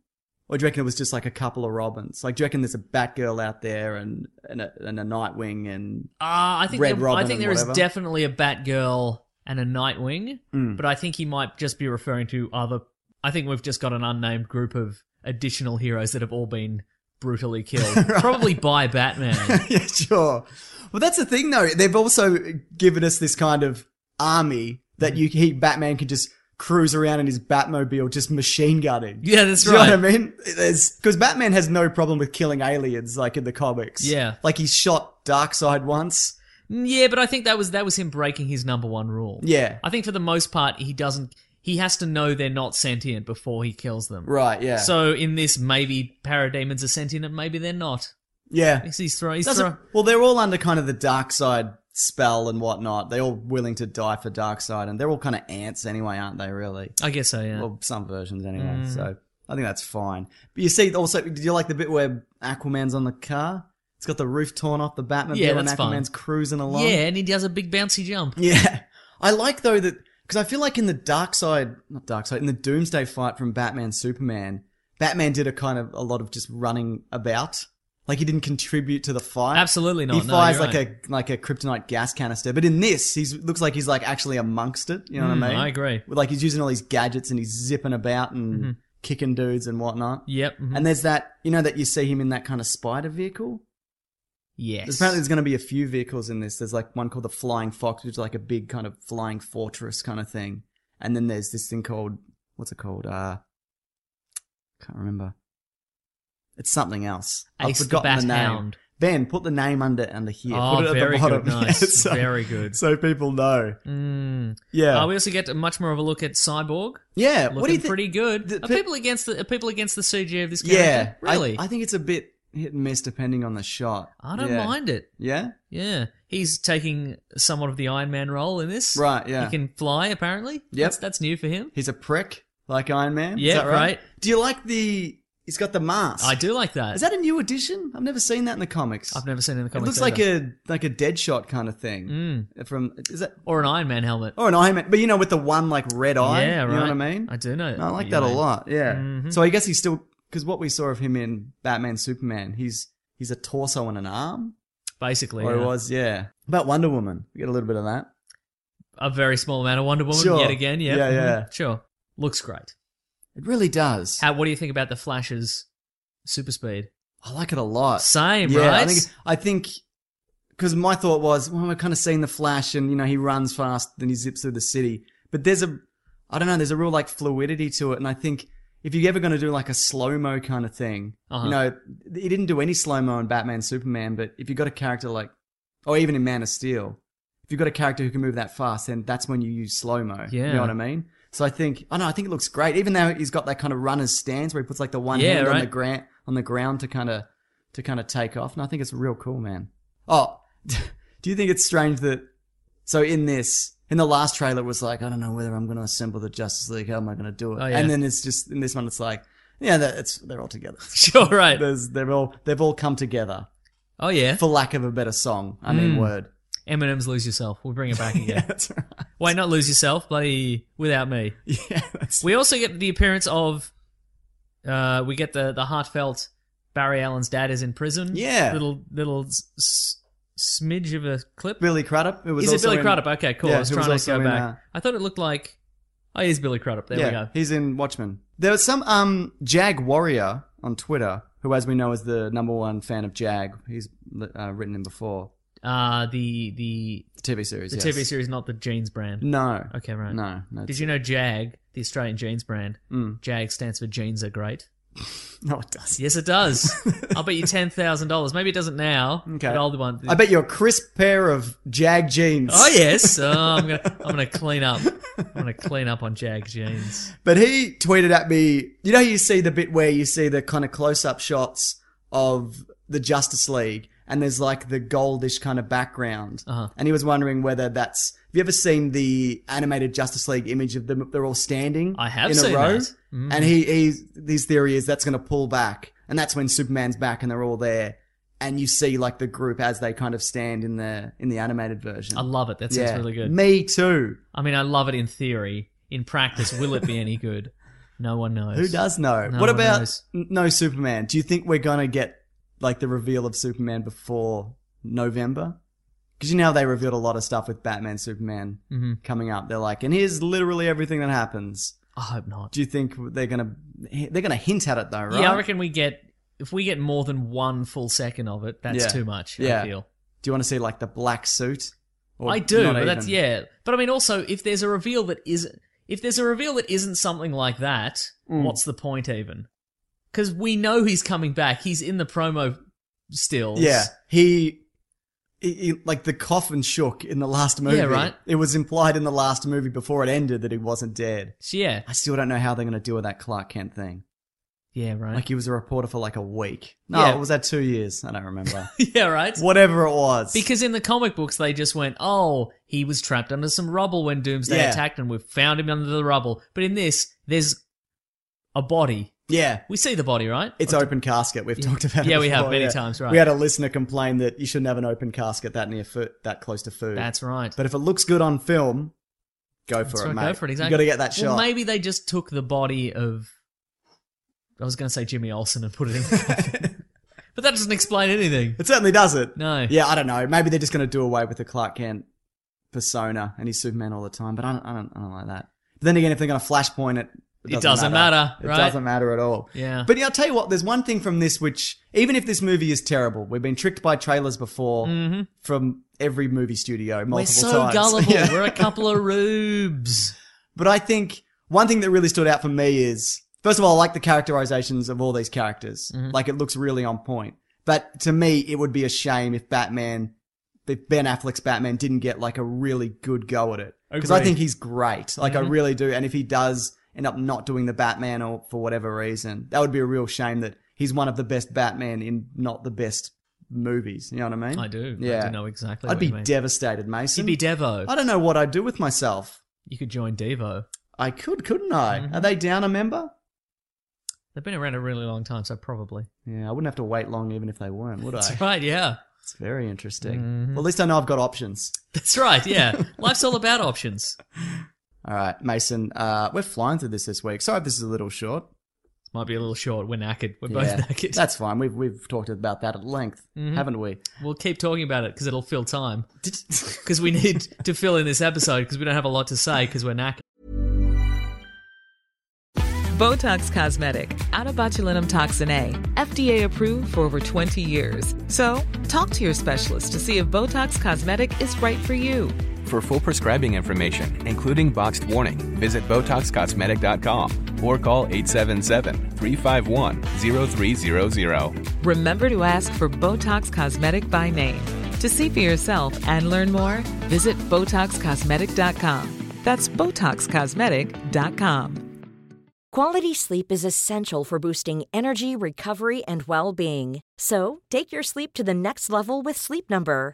Speaker 2: Or do you reckon it was just like a couple of Robins? Like, do you reckon there's a Batgirl out there and and a, and a Nightwing and
Speaker 3: Uh, I think
Speaker 2: Red
Speaker 3: there,
Speaker 2: Robin
Speaker 3: I think
Speaker 2: and
Speaker 3: there is
Speaker 2: whatever. Hmm.
Speaker 3: definitely a Batgirl and a Nightwing, but I think he might just be referring to other. I think we've just got an unnamed group of additional heroes that have all been brutally killed, probably by Batman.
Speaker 2: yeah, sure. Well, that's the thing, though. They've also given us this kind of army that you he Batman can just cruise around in his Batmobile, just machine gunning.
Speaker 3: yeah, that's
Speaker 2: Do you
Speaker 3: right.
Speaker 2: know what I mean? Because Batman has no problem with killing aliens, like in the comics.
Speaker 3: Yeah.
Speaker 2: like he shot Darkseid once.
Speaker 3: Mm, Yeah, but I think that was that was him breaking his number one rule.
Speaker 2: Yeah.
Speaker 3: I think for the most part he doesn't. He has to know they're not sentient before he kills them.
Speaker 2: Right. Yeah.
Speaker 3: So in this, maybe parademons are sentient, and maybe they're not.
Speaker 2: yeah.
Speaker 3: He's throwing. He's
Speaker 2: Doesn't-
Speaker 3: throw-
Speaker 2: well, they're all under kind of the Darkseid spell and whatnot. They're all willing to die for Darkseid, and they're all kind of ants anyway, aren't they? Really.
Speaker 3: I guess so. Yeah. Mm.
Speaker 2: Well, some versions anyway. So I think that's fine. But you see, also, did you like the bit where Aquaman's on the car? It's got the roof torn off the Batmobile,
Speaker 3: Yeah,
Speaker 2: and
Speaker 3: that's
Speaker 2: Aquaman's
Speaker 3: fine.
Speaker 2: cruising along.
Speaker 3: yeah, and he does a big bouncy jump.
Speaker 2: yeah. I like though that because I feel like in the Dark Side, not Dark Side, in the Doomsday fight from Batman Superman, Batman did a kind of a lot of just running about. Like he didn't contribute to the fight.
Speaker 3: Absolutely
Speaker 2: He
Speaker 3: not. No,
Speaker 2: fires
Speaker 3: you're
Speaker 2: like
Speaker 3: right.
Speaker 2: a like a kryptonite gas canister, but in this, he looks like he's like actually amongst it. You know what I mean?
Speaker 3: Hmm, I Mm-hmm. agree.
Speaker 2: With, Like he's using all these gadgets and he's zipping about and kicking dudes and whatnot.
Speaker 3: Yep. mhm.
Speaker 2: And there's that, you know, that you see him in that kind of spider vehicle.
Speaker 3: yes.
Speaker 2: There's apparently there's going to be a few vehicles in this. There's like one called the Flying Fox, which is like a big kind of flying fortress kind of thing. And then there's this thing called what's it called? Uh, can't remember. It's something else. I've
Speaker 3: Ace the
Speaker 2: forgotten
Speaker 3: Bat
Speaker 2: the, name.
Speaker 3: Hound.
Speaker 2: Ben, put the name under under here.
Speaker 3: Oh,
Speaker 2: put it at
Speaker 3: very
Speaker 2: the bottom.
Speaker 3: good. Nice.
Speaker 2: Yeah, so,
Speaker 3: Very good.
Speaker 2: So people know.
Speaker 3: Mm.
Speaker 2: Yeah.
Speaker 3: Uh, we also get much more of a look at Cyborg.
Speaker 2: yeah.
Speaker 3: Looking
Speaker 2: what do you think?
Speaker 3: pretty good.
Speaker 2: The-
Speaker 3: are people against the are people against the CG of this
Speaker 2: yeah.
Speaker 3: character? really?
Speaker 2: I, I think it's a bit hit and miss depending on the shot.
Speaker 3: I don't
Speaker 2: Yeah.
Speaker 3: mind it.
Speaker 2: Yeah.
Speaker 3: Yeah, he's taking somewhat of the Iron Man role in this.
Speaker 2: Right, yeah.
Speaker 3: he can fly apparently. that's, that's new for him.
Speaker 2: He's a prick like Iron Man. Is
Speaker 3: Yeah,
Speaker 2: that
Speaker 3: right.
Speaker 2: Do you like the? He's got the mask.
Speaker 3: I do like that.
Speaker 2: Is that a new addition? I've never seen that in the comics.
Speaker 3: I've never seen it in the
Speaker 2: It
Speaker 3: comics.
Speaker 2: looks like
Speaker 3: either.
Speaker 2: a like a dead shot kind of thing. From is that
Speaker 3: Mm. or an Iron Man helmet.
Speaker 2: or an Iron Man, but you know with the one like red eye.
Speaker 3: yeah, right.
Speaker 2: Oh, You know what I mean?
Speaker 3: I do know. Mm-hmm.
Speaker 2: No, I like
Speaker 3: Uh, you
Speaker 2: that a
Speaker 3: mean.
Speaker 2: lot. Yeah. So I guess he's still because what we saw of him in Batman Superman, he's he's a torso and an arm.
Speaker 3: Basically,
Speaker 2: Or it
Speaker 3: yeah.
Speaker 2: was yeah. About Wonder Woman, we get a little bit of that.
Speaker 3: a very small amount of Wonder Woman
Speaker 2: Sure.
Speaker 3: yet again. Yeah,
Speaker 2: Yeah,
Speaker 3: mhm,
Speaker 2: yeah.
Speaker 3: Sure, looks great.
Speaker 2: It really does.
Speaker 3: How? What do you think about the Flash's super speed?
Speaker 2: I like it a lot.
Speaker 3: Same,
Speaker 2: yeah,
Speaker 3: right?
Speaker 2: I think I think because my thought was, well, we're kind of seeing the Flash, and you know he runs fast, then he zips through the city. But there's a, I don't know, there's a real like fluidity to it, and I think if you're ever going to do like a slow mo kind of thing,
Speaker 3: Uh-huh.
Speaker 2: you know, he didn't do any slow mo in Batman Superman, but if you've got a character like, or even in Man of Steel, if you've got a character who can move that fast, then that's when you use slow mo. you
Speaker 3: Yeah.
Speaker 2: know what I mean. So I think I don't know I think it looks great, even though he's got that kind of runner's stance where he puts like the one
Speaker 3: Yeah,
Speaker 2: hand on
Speaker 3: right.
Speaker 2: the ground on the ground to kind of to kind of take off. And I think it's real cool, man. Oh, do you think it's strange that so in this in the last trailer it was like I don't know whether I'm going to assemble the Justice League. How am I going to do it?
Speaker 3: Oh, yeah.
Speaker 2: And then it's just in this one it's like yeah, that- it's they're all together.
Speaker 3: Sure, right.
Speaker 2: There's they're all they've all come together
Speaker 3: Oh yeah,
Speaker 2: for lack of a better song. I
Speaker 3: Hmm.
Speaker 2: mean word.
Speaker 3: Eminem's "Lose Yourself." We'll bring it back again.
Speaker 2: That's right.
Speaker 3: Wait, not "Lose Yourself," bloody "Without Me."
Speaker 2: Yeah, that's
Speaker 3: We also get the appearance of, uh, we get the the heartfelt Barry Allen's dad is in prison.
Speaker 2: Yeah.
Speaker 3: little little s- s- smidge of a clip.
Speaker 2: Billy Crudup. It was
Speaker 3: is it
Speaker 2: also
Speaker 3: Billy
Speaker 2: in-
Speaker 3: Crudup? Okay, cool.
Speaker 2: Yeah,
Speaker 3: I was
Speaker 2: who was
Speaker 3: trying to
Speaker 2: also
Speaker 3: go
Speaker 2: in,
Speaker 3: back.
Speaker 2: uh,
Speaker 3: I thought it looked like. Oh, it is Billy Crudup. There
Speaker 2: yeah,
Speaker 3: we go.
Speaker 2: He's in Watchmen. There was some um Jag Warrior on Twitter, who, as we know, is the number one fan of Jag. He's uh, written him before
Speaker 3: Uh, the the
Speaker 2: the TV series. yes.
Speaker 3: the TV series, not the jeans brand.
Speaker 2: No.
Speaker 3: Okay, right.
Speaker 2: No. no
Speaker 3: Did you know Jag, the Australian jeans brand,
Speaker 2: Hmm.
Speaker 3: Jag stands for jeans are great.
Speaker 2: No, it does.
Speaker 3: Yes, it does. I'll bet you ten thousand dollars. Maybe it doesn't now.
Speaker 2: Okay.
Speaker 3: But old one.
Speaker 2: I bet you a crisp pair of Jag jeans.
Speaker 3: Oh yes, oh, I'm gonna I'm gonna clean up. I'm gonna clean up on Jag jeans.
Speaker 2: But he tweeted at me, you know, you see the bit where you see the kind of close up shots of the Justice League and there's like the goldish kind of background.
Speaker 3: Uh-huh.
Speaker 2: And he was wondering whether that's. Have you ever seen the animated Justice League image of them? They're all standing.
Speaker 3: I have
Speaker 2: in
Speaker 3: seen
Speaker 2: a row,
Speaker 3: that. Mm-hmm.
Speaker 2: and he he's, his theory is that's going to pull back, and that's when Superman's back and they're all there, and you see like the group as they kind of stand in the in the animated version.
Speaker 3: I love it. That sounds really good.
Speaker 2: Me too.
Speaker 3: I mean, I love it in theory. In practice, will it be any good? No one knows.
Speaker 2: Who does know?
Speaker 3: No
Speaker 2: what
Speaker 3: one
Speaker 2: about
Speaker 3: knows.
Speaker 2: n- no Superman? Do you think we're gonna get like the reveal of Superman before November? Because you know they revealed a lot of stuff with Batman, Superman
Speaker 3: Mm-hmm.
Speaker 2: coming up. They're like, and here's literally everything that happens.
Speaker 3: I hope not.
Speaker 2: Do you think they're gonna they're gonna hint at it though, right?
Speaker 3: Yeah, I reckon we get if we get more than one full second of it, that's
Speaker 2: Yeah.
Speaker 3: too much.
Speaker 2: Yeah.
Speaker 3: I feel.
Speaker 2: Do you want to see like the black suit? Or
Speaker 3: I do,
Speaker 2: not
Speaker 3: but that's
Speaker 2: even?
Speaker 3: yeah. But I mean, also if there's a reveal that isn't if there's a reveal that isn't something like that,
Speaker 2: Mm.
Speaker 3: what's the point even? Because we know he's coming back. He's in the promo still.
Speaker 2: Yeah, he, he, he like the coffin shook in the last movie.
Speaker 3: right.
Speaker 2: It was implied in the last movie before it ended that he wasn't dead.
Speaker 3: So, yeah.
Speaker 2: I still don't know how they're going to deal with that Clark Kent thing.
Speaker 3: Yeah. Right.
Speaker 2: Like he was a reporter for like a week. No,
Speaker 3: Yeah.
Speaker 2: it was that two years. I don't remember.
Speaker 3: yeah. Right.
Speaker 2: Whatever it was.
Speaker 3: Because in the comic books, they just went, "Oh, he was trapped under some rubble when Doomsday
Speaker 2: Yeah.
Speaker 3: attacked, and we found him under the rubble." But in this, there's a body.
Speaker 2: yeah,
Speaker 3: We see the body, right?
Speaker 2: it's open casket. We've talked about it.
Speaker 3: Yeah, we have
Speaker 2: before,
Speaker 3: many times, right.
Speaker 2: We had a listener complain that you shouldn't have an open casket that near food, that close to food.
Speaker 3: That's right.
Speaker 2: But if it looks good on film, go for
Speaker 3: That's
Speaker 2: it,
Speaker 3: right,
Speaker 2: mate.
Speaker 3: Go for it. Exactly.
Speaker 2: You got to get that shot.
Speaker 3: Well, maybe they just took the body of. I was going to say Jimmy Olsen and put it in, the coffin. but that doesn't explain anything.
Speaker 2: It certainly does it.
Speaker 3: No.
Speaker 2: Yeah, I don't know. Maybe they're just going to do away with the Clark Kent persona and he's Superman all the time. But I don't, I don't, I don't like that. But then again, if they're going to flashpoint it, it doesn't,
Speaker 3: doesn't matter,
Speaker 2: It
Speaker 3: right?
Speaker 2: doesn't matter at all.
Speaker 3: Yeah.
Speaker 2: But yeah, I'll tell you what. There's one thing from this which, even if this movie is terrible, we've been tricked by trailers before from every movie studio multiple
Speaker 3: Mm. We're Mm-hmm. so
Speaker 2: times.
Speaker 3: gullible.
Speaker 2: Yeah.
Speaker 3: We're a couple of rubes.
Speaker 2: But I think one thing that really stood out for me is, first of all, I like the characterizations of all these characters.
Speaker 3: Mm-hmm.
Speaker 2: Like it looks really on point. But to me, it would be a shame if Batman, if Ben Affleck's Batman didn't get like a really good go at it. Because I
Speaker 3: Agreed.
Speaker 2: think he's great. Like
Speaker 3: Mm-hmm.
Speaker 2: I really do. And if he does end up not doing the Batman or for whatever reason, that would be a real shame that he's one of the best Batman in not the best movies. You know what I mean?
Speaker 3: I do.
Speaker 2: Yeah.
Speaker 3: I do know exactly.
Speaker 2: I'd
Speaker 3: what
Speaker 2: be
Speaker 3: you mean.
Speaker 2: devastated, Mason.
Speaker 3: You'd be Devo.
Speaker 2: I don't know what I'd do with myself.
Speaker 3: You could join Devo.
Speaker 2: I could, couldn't I? Are they down a member?
Speaker 3: They've been around a really long time, so probably.
Speaker 2: Yeah, I wouldn't have to wait long even if they weren't, would I?
Speaker 3: That's right. Yeah.
Speaker 2: It's very interesting. Well, at least I know I've got options.
Speaker 3: That's right. Yeah. Life's all about options.
Speaker 2: All right, Mason, uh, we're flying through this this week. Sorry if this is a little short.
Speaker 3: Might be a little short. We're knackered. We're both knackered.
Speaker 2: that's fine. We've, we've talked about that at length, haven't we?
Speaker 3: We'll keep talking about it because it'll fill time. Because we need to fill in this episode because we don't have a lot to say because we're knackered.
Speaker 4: Botox Cosmetic, out of botulinum toxin A, FDA approved for over 20 years. So, talk to your specialist to see if Botox Cosmetic is right for you.
Speaker 5: For full prescribing information, including boxed warning, visit BotoxCosmetic.com or call 877-351-0300.
Speaker 4: Remember to ask for Botox Cosmetic by name. To see for yourself and learn more, visit BotoxCosmetic.com. That's BotoxCosmetic.com.
Speaker 6: Quality sleep is essential for boosting energy, recovery, and well being. So, take your sleep to the next level with Sleep Number.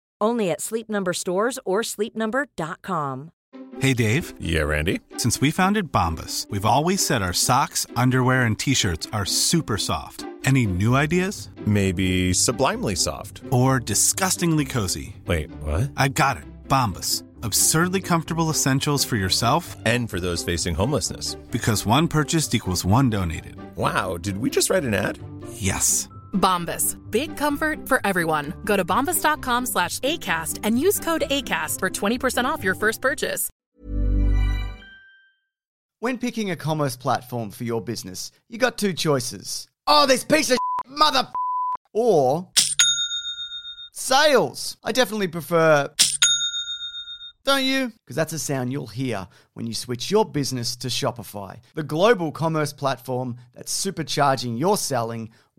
Speaker 6: Only at Sleep Number stores or sleepnumber.com.
Speaker 7: Hey, Dave,
Speaker 8: Yeah, Randy.
Speaker 7: since we founded Bombus, we've always said our socks, underwear, and t shirts are super soft. Any new ideas?
Speaker 8: Maybe sublimely soft.
Speaker 7: Or disgustingly cozy?
Speaker 8: Wait, what?
Speaker 7: I got it, Bombus. Absurdly comfortable essentials for yourself
Speaker 8: And for those facing homelessness.
Speaker 7: because one purchased equals one donated.
Speaker 8: Wow, did we just write an ad?
Speaker 7: Yes.
Speaker 9: Bombas. Big comfort for everyone. Go to bombas.com slash ACAST and use code ACAST for 20% off your first purchase.
Speaker 2: When picking a commerce platform for your business, you got two choices. Oh, this piece of mother. Or
Speaker 10: sales. I definitely prefer. Don't you? Because that's a sound you'll hear when you switch your business to Shopify, the global commerce platform that's supercharging your selling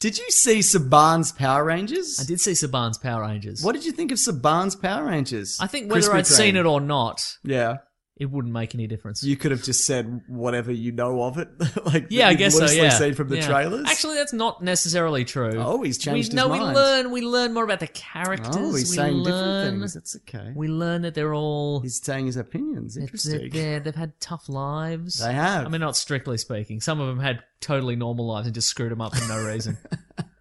Speaker 2: Did you see Saban's Power Rangers?
Speaker 3: I did see Saban's Power Rangers.
Speaker 2: What did you think of Saban's Power Rangers?
Speaker 3: I think whether I'd seen it or not,
Speaker 2: Yeah.
Speaker 3: it wouldn't make any difference.
Speaker 2: You could have just said whatever you know of it, like
Speaker 3: yeah,
Speaker 2: that
Speaker 3: I
Speaker 2: you've
Speaker 3: guess so.
Speaker 2: loosely
Speaker 3: Yeah,
Speaker 2: seen from the
Speaker 3: Yeah.
Speaker 2: trailers.
Speaker 3: Actually, that's not necessarily true.
Speaker 2: Oh, he's changed his
Speaker 3: We, no, we
Speaker 2: mind.
Speaker 3: learn. We learn more about the characters.
Speaker 2: Oh, he's
Speaker 3: we
Speaker 2: saying
Speaker 3: learn-
Speaker 2: different things. That's okay.
Speaker 3: We learn that they're all.
Speaker 2: He's saying his opinions.
Speaker 3: that
Speaker 2: Interesting.
Speaker 3: they're- They've had tough lives.
Speaker 2: They have.
Speaker 3: I mean, not strictly speaking. Some of them had totally normal lives and just screwed them up for no reason.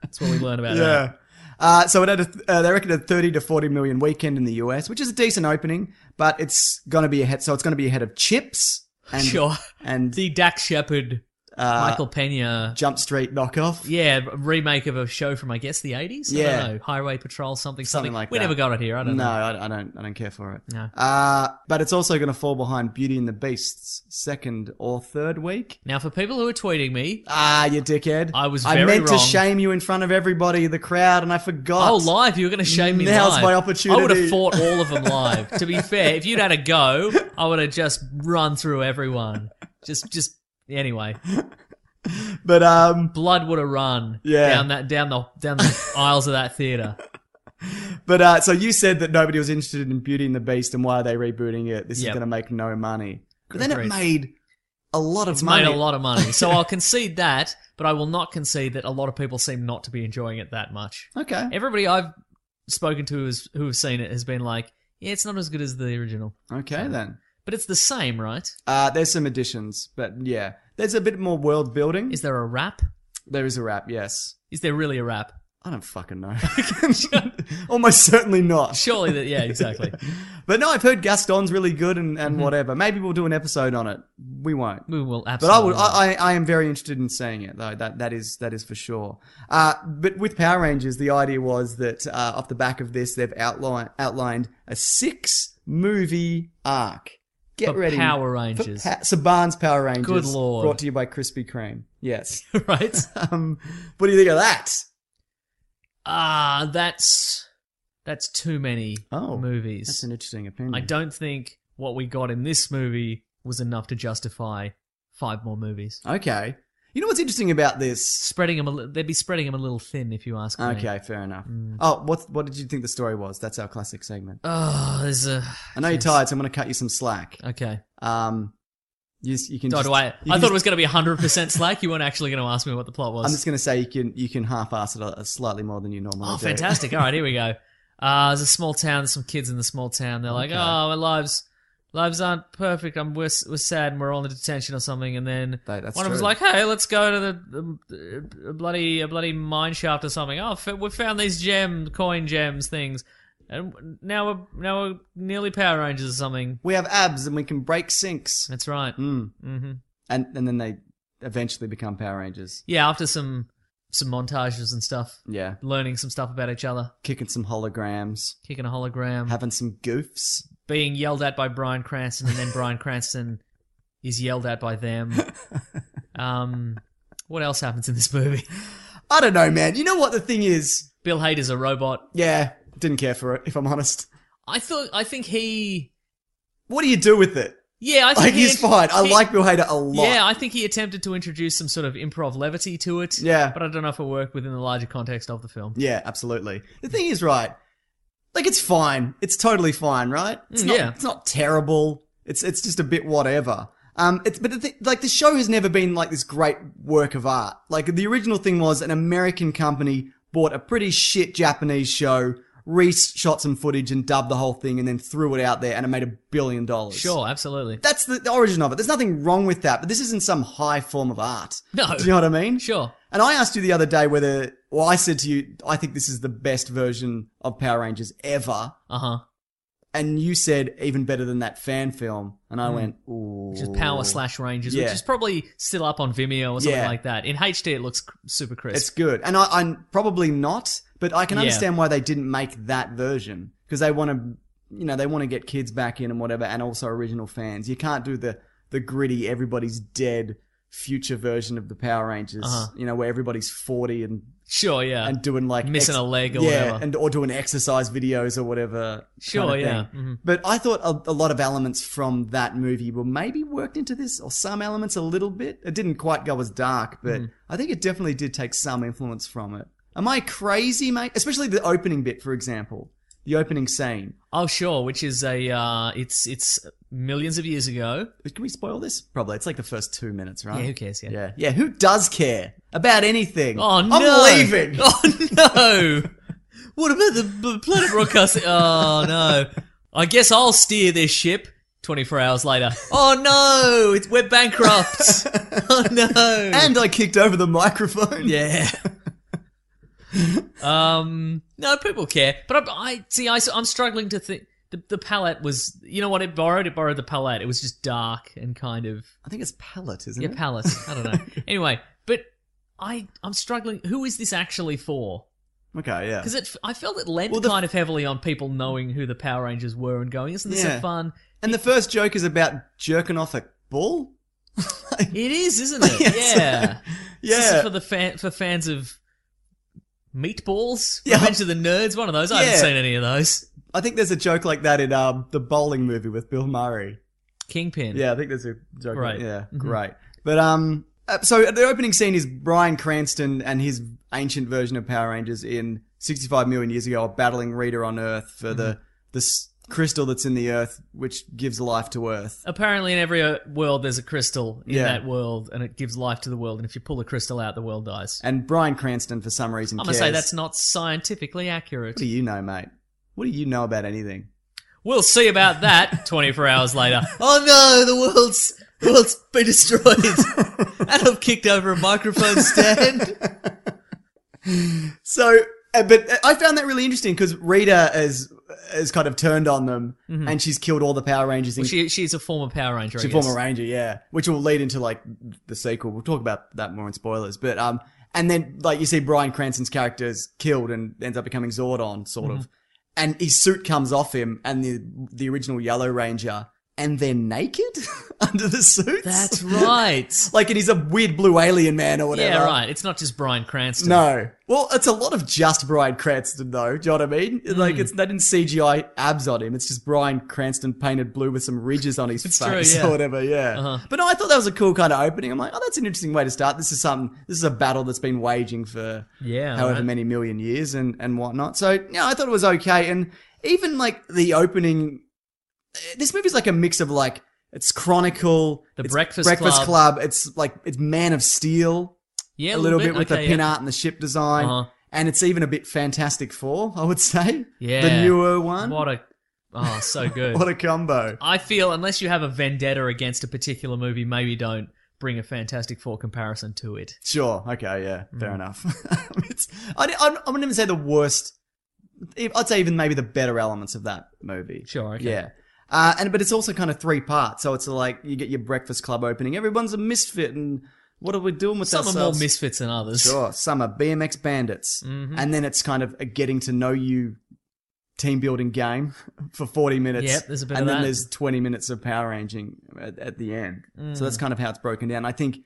Speaker 3: That's what we learn about.
Speaker 2: Yeah.
Speaker 3: that.
Speaker 2: Uh, so it had a, uh, they reckon a 30 to 40 million weekend in the US, which is a decent opening, but it's going to be ahead. So it's going to be ahead of Chips and
Speaker 3: Sure.
Speaker 2: and uh,
Speaker 3: the Dak Shepard, Michael Pena,
Speaker 2: Jump Street knockoff.
Speaker 3: Yeah, remake of a show from I guess the eighties. I
Speaker 2: Yeah.
Speaker 3: don't know, Highway Patrol, something,
Speaker 2: Something like
Speaker 3: we
Speaker 2: that.
Speaker 3: never got it here. I don't
Speaker 2: no,
Speaker 3: know.
Speaker 2: I, I don't. I don't care for it.
Speaker 3: No.
Speaker 2: Uh, but it's also going to fall behind Beauty and the Beast's second or third week.
Speaker 3: Now, for people who are tweeting me,
Speaker 2: ah, you dickhead!
Speaker 3: I was.
Speaker 2: I
Speaker 3: very
Speaker 2: meant to
Speaker 3: wrong.
Speaker 2: shame you in front of everybody, the crowd, and I forgot.
Speaker 3: Oh, live! You were going to shame me.
Speaker 2: Now's
Speaker 3: live.
Speaker 2: my
Speaker 3: I would
Speaker 2: opportunity.
Speaker 3: have fought all of them live. to be fair, if you'd had a go, I would have just run through everyone. Just, just anyway,
Speaker 2: But um,
Speaker 3: blood would have run
Speaker 2: Yeah.
Speaker 3: down that down the down the aisles of that theater.
Speaker 2: But uh, so you said that nobody was interested in Beauty and the Beast and why are they rebooting it? This is
Speaker 3: Yep.
Speaker 2: going to make no money. But then
Speaker 3: Agreed.
Speaker 2: it made a lot of
Speaker 3: It's
Speaker 2: money.
Speaker 3: made a lot of money, so I'll concede that, but I will not concede that a lot of people seem not to be enjoying it that much.
Speaker 2: Okay.
Speaker 3: Everybody I've spoken to who's, who have seen it has been like, yeah, it's not as good as the original.
Speaker 2: Okay then.
Speaker 3: But it's the same, right?
Speaker 2: Uh, there's some additions, but yeah, there's a bit more world building.
Speaker 3: Is there a wrap?
Speaker 2: There is a wrap. Yes.
Speaker 3: Is there really a wrap?
Speaker 2: I don't fucking know. Almost certainly not.
Speaker 3: Surely that, yeah, exactly.
Speaker 2: But no, I've heard Gaston's really good and,
Speaker 3: Mm-hmm.
Speaker 2: and whatever. Maybe we'll do an episode on it. We won't.
Speaker 3: We will
Speaker 2: But I would.
Speaker 3: absolutely.
Speaker 2: I, I I am very interested in seeing it though. That that is that is for sure. Uh, but with Power Rangers, the idea was that uh, off the back of this, they've outlined outlined a six movie arc. Get
Speaker 3: For
Speaker 2: ready.
Speaker 3: Power
Speaker 2: for
Speaker 3: Rangers.
Speaker 2: Pa- Saban's Power Rangers.
Speaker 3: Good lord.
Speaker 2: Brought to you by Krispy Kreme. Yes.
Speaker 3: right.
Speaker 2: um, what do you think of that?
Speaker 3: Ah, that's that's too many
Speaker 2: Oh,
Speaker 3: movies.
Speaker 2: That's an interesting opinion.
Speaker 3: I don't think what we got in this movie was enough to justify five more movies.
Speaker 2: Okay. You know what's interesting about this?
Speaker 3: Spreading them, a li- they'd be spreading them a little thin, if you ask me.
Speaker 2: Okay, fair enough.
Speaker 3: Mm.
Speaker 2: Oh, what what did you think the story was? That's our classic segment.
Speaker 3: Oh, there's a.
Speaker 2: I know you're tired, so I'm going to cut you some slack.
Speaker 3: Okay.
Speaker 2: Um, you, you can.
Speaker 3: Oh,
Speaker 2: just,
Speaker 3: do I? I
Speaker 2: you
Speaker 3: thought
Speaker 2: can
Speaker 3: it was going to be 100% slack. You weren't actually going to ask me what the plot was.
Speaker 2: I'm just going to say you can you can half-ass it a, a slightly more than you normally
Speaker 3: Oh,
Speaker 2: do.
Speaker 3: fantastic. All right, here we go. Uh, there's a small town. There's some kids in the small town. They're like,
Speaker 2: Okay.
Speaker 3: oh, my lives. Lives aren't perfect. I'm we're, s- we're sad and we're all in detention or something. And then
Speaker 2: That- that's
Speaker 3: one of them's
Speaker 2: true.
Speaker 3: like, "Hey, let's go to the, the, uh bloody a bloody mine shaft or something." Oh, f- we found these gem coin gems things. And now we're now we're nearly Power Rangers or something.
Speaker 2: We have abs and we can break sinks.
Speaker 3: That's right.
Speaker 2: Mm.
Speaker 3: Mm-hmm.
Speaker 2: And and then they eventually become Power Rangers.
Speaker 3: Yeah, after some some montages and stuff,
Speaker 2: Yeah,
Speaker 3: learning some stuff about each other,
Speaker 2: kicking some holograms,
Speaker 3: kicking a hologram,
Speaker 2: having some goofs.
Speaker 3: being yelled at by Brian Cranston, and then Brian Cranston is yelled at by them. um, what else happens in this movie?
Speaker 2: I don't know, man. You know what the thing is?
Speaker 3: Bill Hader's a robot.
Speaker 2: Yeah, didn't care for it if I'm honest.
Speaker 3: I thought. I think he.
Speaker 2: What do you do with it?
Speaker 3: Yeah, I think
Speaker 2: Like
Speaker 3: he-
Speaker 2: he's fine. I
Speaker 3: he-
Speaker 2: like Bill Hader a lot.
Speaker 3: Yeah, I think he attempted to introduce some sort of improv levity to it.
Speaker 2: Yeah.
Speaker 3: but I don't know if it worked within the larger context of the film.
Speaker 2: Yeah, absolutely. The thing is, right? Like, it's fine. It's totally fine, right? It's
Speaker 3: Mm,
Speaker 2: not,
Speaker 3: yeah.
Speaker 2: It's not terrible. It's it's just a bit whatever. Um, it's but the th- like the show has never been like this great work of art. Like the original thing was an American company bought a pretty shit Japanese show, re-shot some footage and dubbed the whole thing, and then threw it out there, and it made a billion dollars.
Speaker 3: Sure, absolutely.
Speaker 2: That's the, the origin of it. There's nothing wrong with that, but this isn't some high form of art.
Speaker 3: No.
Speaker 2: Do you know what I mean?
Speaker 3: Sure.
Speaker 2: And I asked you the other day whether, well, I said to you, I think this is the best version of Power Rangers ever.
Speaker 3: Uh huh.
Speaker 2: And you said even better than that fan film. And I
Speaker 3: Hmm.
Speaker 2: went, ooh.
Speaker 3: Which is Power Slash Rangers,
Speaker 2: Yeah.
Speaker 3: which is probably still up on Vimeo or something
Speaker 2: Yeah.
Speaker 3: like that. In HD, it looks cr- super crisp.
Speaker 2: It's good. And I, I'm probably not, but I can
Speaker 3: Yeah.
Speaker 2: understand why they didn't make that version because they want to, you know, they want to get kids back in and whatever, and also original fans. You can't do the the gritty, everybody's dead future version of the Power Rangers,
Speaker 3: Uh-huh.
Speaker 2: you know, where everybody's forty and
Speaker 3: Sure, yeah.
Speaker 2: and doing like
Speaker 3: Missing a leg or
Speaker 2: yeah,
Speaker 3: whatever.
Speaker 2: and or doing exercise videos or whatever.
Speaker 3: Sure,
Speaker 2: kind of
Speaker 3: yeah.
Speaker 2: thing.
Speaker 3: Mhm.
Speaker 2: But I thought a, a lot of elements from that movie were maybe worked into this, or some elements a little bit. It didn't quite go as dark,
Speaker 3: Hmm.
Speaker 2: but I think it definitely did take some influence from it. Am I crazy, mate? Especially the opening bit, for example, the opening scene.
Speaker 3: oh, sure, which is a uh, it's it's millions of years ago.
Speaker 2: Can we spoil this? Probably. It's like the first two minutes, right?
Speaker 3: Yeah, who cares? Yeah.
Speaker 2: Yeah, yeah. Who does care about anything?
Speaker 3: Oh no!
Speaker 2: I'm leaving.
Speaker 3: Oh no! what about the b- Planet Broadcasting? Oh no! I guess I'll steer this ship. Twenty-four hours later. Oh no! It's, we're bankrupt. oh no!
Speaker 2: And I kicked over the microphone.
Speaker 3: Yeah. um. No, people care, but I, I see. I, am struggling to think. The, the palette was, you know what it borrowed? It borrowed the palette. It was just dark and kind of
Speaker 2: I think it's palette, isn't
Speaker 3: yeah,
Speaker 2: it?
Speaker 3: palette. I don't know. anyway, but I I'm struggling. Who is this actually for?
Speaker 2: Okay, yeah.
Speaker 3: Because it, I felt it lent
Speaker 2: Well, the-
Speaker 3: kind of heavily on people knowing who the Power Rangers were and going, isn't this
Speaker 2: Yeah.
Speaker 3: a fun?
Speaker 2: And the first joke is about jerking off a ball.
Speaker 3: It is, isn't it?
Speaker 2: Yes.
Speaker 3: Yeah, This
Speaker 2: Yeah.
Speaker 3: is for the fan for fans of meatballs.
Speaker 2: Yeah.
Speaker 3: Revenge of the Nerds. One of those. I
Speaker 2: Yeah.
Speaker 3: haven't seen any of those.
Speaker 2: I think there's a joke like that in um, the bowling movie with Bill Murray.
Speaker 3: Kingpin.
Speaker 2: Yeah, I think there's a joke.
Speaker 3: Right.
Speaker 2: Yeah,
Speaker 3: Mhm.
Speaker 2: great. But um, uh, so the opening scene is Brian Cranston and his ancient version of Power Rangers in 65 million years ago are battling Rita on Earth for
Speaker 3: Mm-hmm.
Speaker 2: the the s- crystal that's in the Earth, which gives life to Earth.
Speaker 3: Apparently, in every uh, world, there's a crystal in
Speaker 2: Yeah.
Speaker 3: that world, and it gives life to the world. And if you pull the crystal out, the world dies.
Speaker 2: And Brian Cranston, for some reason,
Speaker 3: I'm gonna say
Speaker 2: cares.
Speaker 3: that's not scientifically accurate.
Speaker 2: What do you know, mate? What do you know about anything?
Speaker 3: We'll see about that 24 hours later. Oh no, the world's the world's been destroyed. and I've kicked over a microphone stand.
Speaker 2: So, uh, but I found that really interesting because Rita has has kind of turned on them,
Speaker 3: Mhm.
Speaker 2: and she's killed all the Power Rangers. In-
Speaker 3: Well, she, she's a former Power Ranger. I
Speaker 2: She's a
Speaker 3: guess.
Speaker 2: former ranger, yeah, which will lead into like the sequel. We'll talk about that more in spoilers, but um, and then like you see Brian Cranston's character is killed and ends up becoming Zordon, sort of,
Speaker 3: Mhm.
Speaker 2: and his suit comes off him, and the the original Yellow Ranger, and they're naked under the suits.
Speaker 3: That's right.
Speaker 2: like, and he's a weird blue alien man or whatever.
Speaker 3: yeah, right. It's not just Brian Cranston.
Speaker 2: No. Well, it's a lot of just Brian Cranston, though. Do you know what I mean?
Speaker 3: Hmm.
Speaker 2: Like, it's they didn't CGI abs on him. It's just Brian Cranston painted blue with some ridges on his
Speaker 3: It's true,
Speaker 2: face
Speaker 3: yeah.
Speaker 2: or whatever. Yeah.
Speaker 3: Uh-huh.
Speaker 2: But no, I thought that was a cool kind of opening. I'm like, oh, that's an interesting way to start. This is something. This is a battle that's been waging for
Speaker 3: Yeah,
Speaker 2: however
Speaker 3: right.
Speaker 2: many million years and and whatnot. So yeah, I thought it was okay. And even like the opening, this movie's like a mix of like it's Chronicle,
Speaker 3: The
Speaker 2: it's
Speaker 3: Breakfast
Speaker 2: Breakfast
Speaker 3: Club.
Speaker 2: Club. It's like it's Man of Steel
Speaker 3: Yeah,
Speaker 2: a little bit, with
Speaker 3: Okay,
Speaker 2: the pin
Speaker 3: yeah.
Speaker 2: art and the ship design.
Speaker 3: Uh-huh.
Speaker 2: And it's even a bit Fantastic Four, I would say.
Speaker 3: Yeah.
Speaker 2: The newer one.
Speaker 3: What a oh, so good.
Speaker 2: What a combo.
Speaker 3: I feel unless you have a vendetta against a particular movie, maybe don't bring a Fantastic Four comparison to it. Mm.
Speaker 2: Sure. Okay. Yeah. Fair enough. it's, I, di- I, I wouldn't even say the worst I'd say even maybe the better elements of that movie.
Speaker 3: Sure. okay.
Speaker 2: Yeah. Uh, and but it's also kind of three parts, so it's like you get your Breakfast Club opening. Everyone's a misfit, and what are we doing with
Speaker 3: Some are more
Speaker 2: ourselves?
Speaker 3: misfits than others.
Speaker 2: Sure, some are BMX bandits,
Speaker 3: Mhm.
Speaker 2: and then it's kind of a getting to know you team building game for forty minutes.
Speaker 3: Yep, there's a bit
Speaker 2: and
Speaker 3: of
Speaker 2: then
Speaker 3: that.
Speaker 2: there's twenty minutes of power ranging at, at the end. So
Speaker 3: Mm.
Speaker 2: that's kind of how it's broken down. I think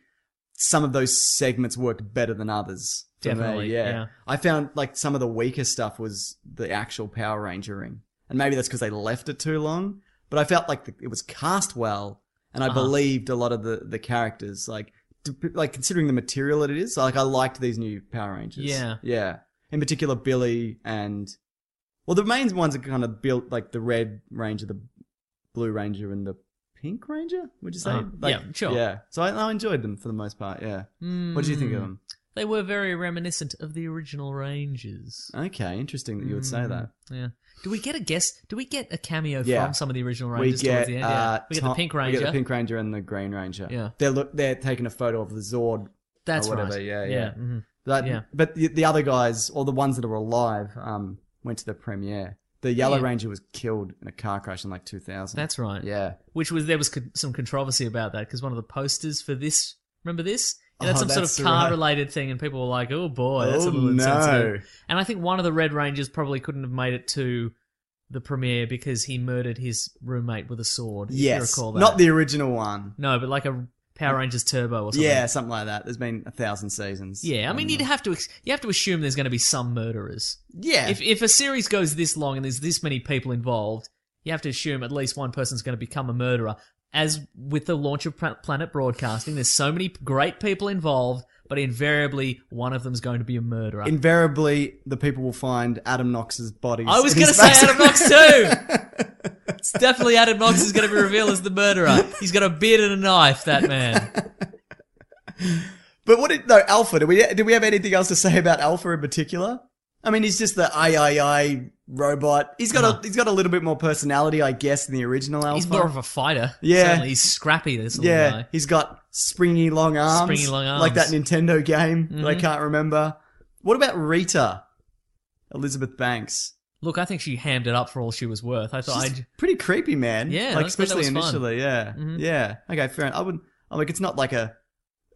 Speaker 2: some of those segments worked better than others. for me,
Speaker 3: Definitely, yeah.
Speaker 2: I found like some of the weaker stuff was the actual Power Ranger ring, and maybe that's because they left it too long. But I felt like the, it was cast well, and I
Speaker 3: Uh-huh.
Speaker 2: believed a lot of the the characters. Like, d- like considering the material that it is, like I liked these new Power Rangers.
Speaker 3: Yeah.
Speaker 2: yeah. In particular, Billy and well, the main ones are kind of built like the Red Ranger, the Blue Ranger, and the Pink Ranger. Would you say?
Speaker 3: Um,
Speaker 2: Like,
Speaker 3: yeah, sure.
Speaker 2: Yeah. So I, I enjoyed them for the most part. Yeah. What do you think of
Speaker 3: Hmm.
Speaker 2: them?
Speaker 3: They were very reminiscent of the original Rangers.
Speaker 2: Okay, interesting that Um, you would say
Speaker 3: Mm,
Speaker 2: that.
Speaker 3: Yeah. Do we get a guess? Do we get a cameo
Speaker 2: Yeah.
Speaker 3: from some of the original
Speaker 2: we
Speaker 3: Rangers
Speaker 2: get,
Speaker 3: towards the end?
Speaker 2: uh,
Speaker 3: yeah. We get the
Speaker 2: Tom-
Speaker 3: Pink
Speaker 2: we
Speaker 3: Ranger.
Speaker 2: get the Pink Ranger and the Green Ranger.
Speaker 3: Yeah.
Speaker 2: they're look, they're taking a photo of the Zord.
Speaker 3: That's
Speaker 2: or whatever.
Speaker 3: right.
Speaker 2: Yeah, yeah.
Speaker 3: Yeah, mhm.
Speaker 2: That-
Speaker 3: Yeah.
Speaker 2: But the, the other guys, or the ones that were alive, um, went to the premiere. The Yellow
Speaker 3: Yeah.
Speaker 2: Ranger was killed in a car crash in like 2000.
Speaker 3: That's right.
Speaker 2: Yeah.
Speaker 3: Which was there was con- some controversy about that because one of the posters for this, remember this? It had
Speaker 2: Oh,
Speaker 3: some
Speaker 2: that's
Speaker 3: sort
Speaker 2: right.
Speaker 3: of car related thing, and people were like, "Oh boy, that's
Speaker 2: Oh,
Speaker 3: a little
Speaker 2: no.
Speaker 3: insensitive." And I think one of the Red Rangers probably couldn't have made it to the premiere because he murdered his roommate with a sword. if you
Speaker 2: Yes.
Speaker 3: recall that.
Speaker 2: Not the original one.
Speaker 3: no, but like a Power Rangers Turbo or something.
Speaker 2: Yeah, something like that. There's been a thousand seasons.
Speaker 3: Yeah, I mean, you'd have to ex- you have to assume there's going to be some murderers.
Speaker 2: Yeah.
Speaker 3: If if a series goes this long and there's this many people involved, you have to assume at least one person's going to become a murderer. As with the launch of Pla- Planet Broadcasting, there's so many great people involved, but invariably one of them's going to be a murderer.
Speaker 2: Invariably, the people will find Adam Knox's body.
Speaker 3: I was going to say Adam Knox too. it's definitely Adam Knox is going to be revealed as the murderer. He's got a beard and a knife. That man.
Speaker 2: But what did no Alpha? Did we did we have anything else to say about Alpha in particular? I mean, he's just the III robot. He's got a he's got a little bit more personality, I guess, than the original Alpha.
Speaker 3: He's more of a fighter.
Speaker 2: Yeah.
Speaker 3: certainly. he's scrappy. This little
Speaker 2: yeah.
Speaker 3: guy.
Speaker 2: He's got springy long arms,
Speaker 3: Springy long
Speaker 2: like that
Speaker 3: arms.
Speaker 2: Nintendo game that I
Speaker 3: Mhm.
Speaker 2: can't remember. What about Rita? Elizabeth Banks.
Speaker 3: Look, I think she hammed it up for all she was worth. I thought
Speaker 2: She's
Speaker 3: I'd,
Speaker 2: pretty creepy, man.
Speaker 3: Yeah,
Speaker 2: like
Speaker 3: that's- that
Speaker 2: especially
Speaker 3: was fun.
Speaker 2: initially, yeah,
Speaker 3: Mhm.
Speaker 2: yeah. Okay, fair. Enough. I would. I'm like, it's not like a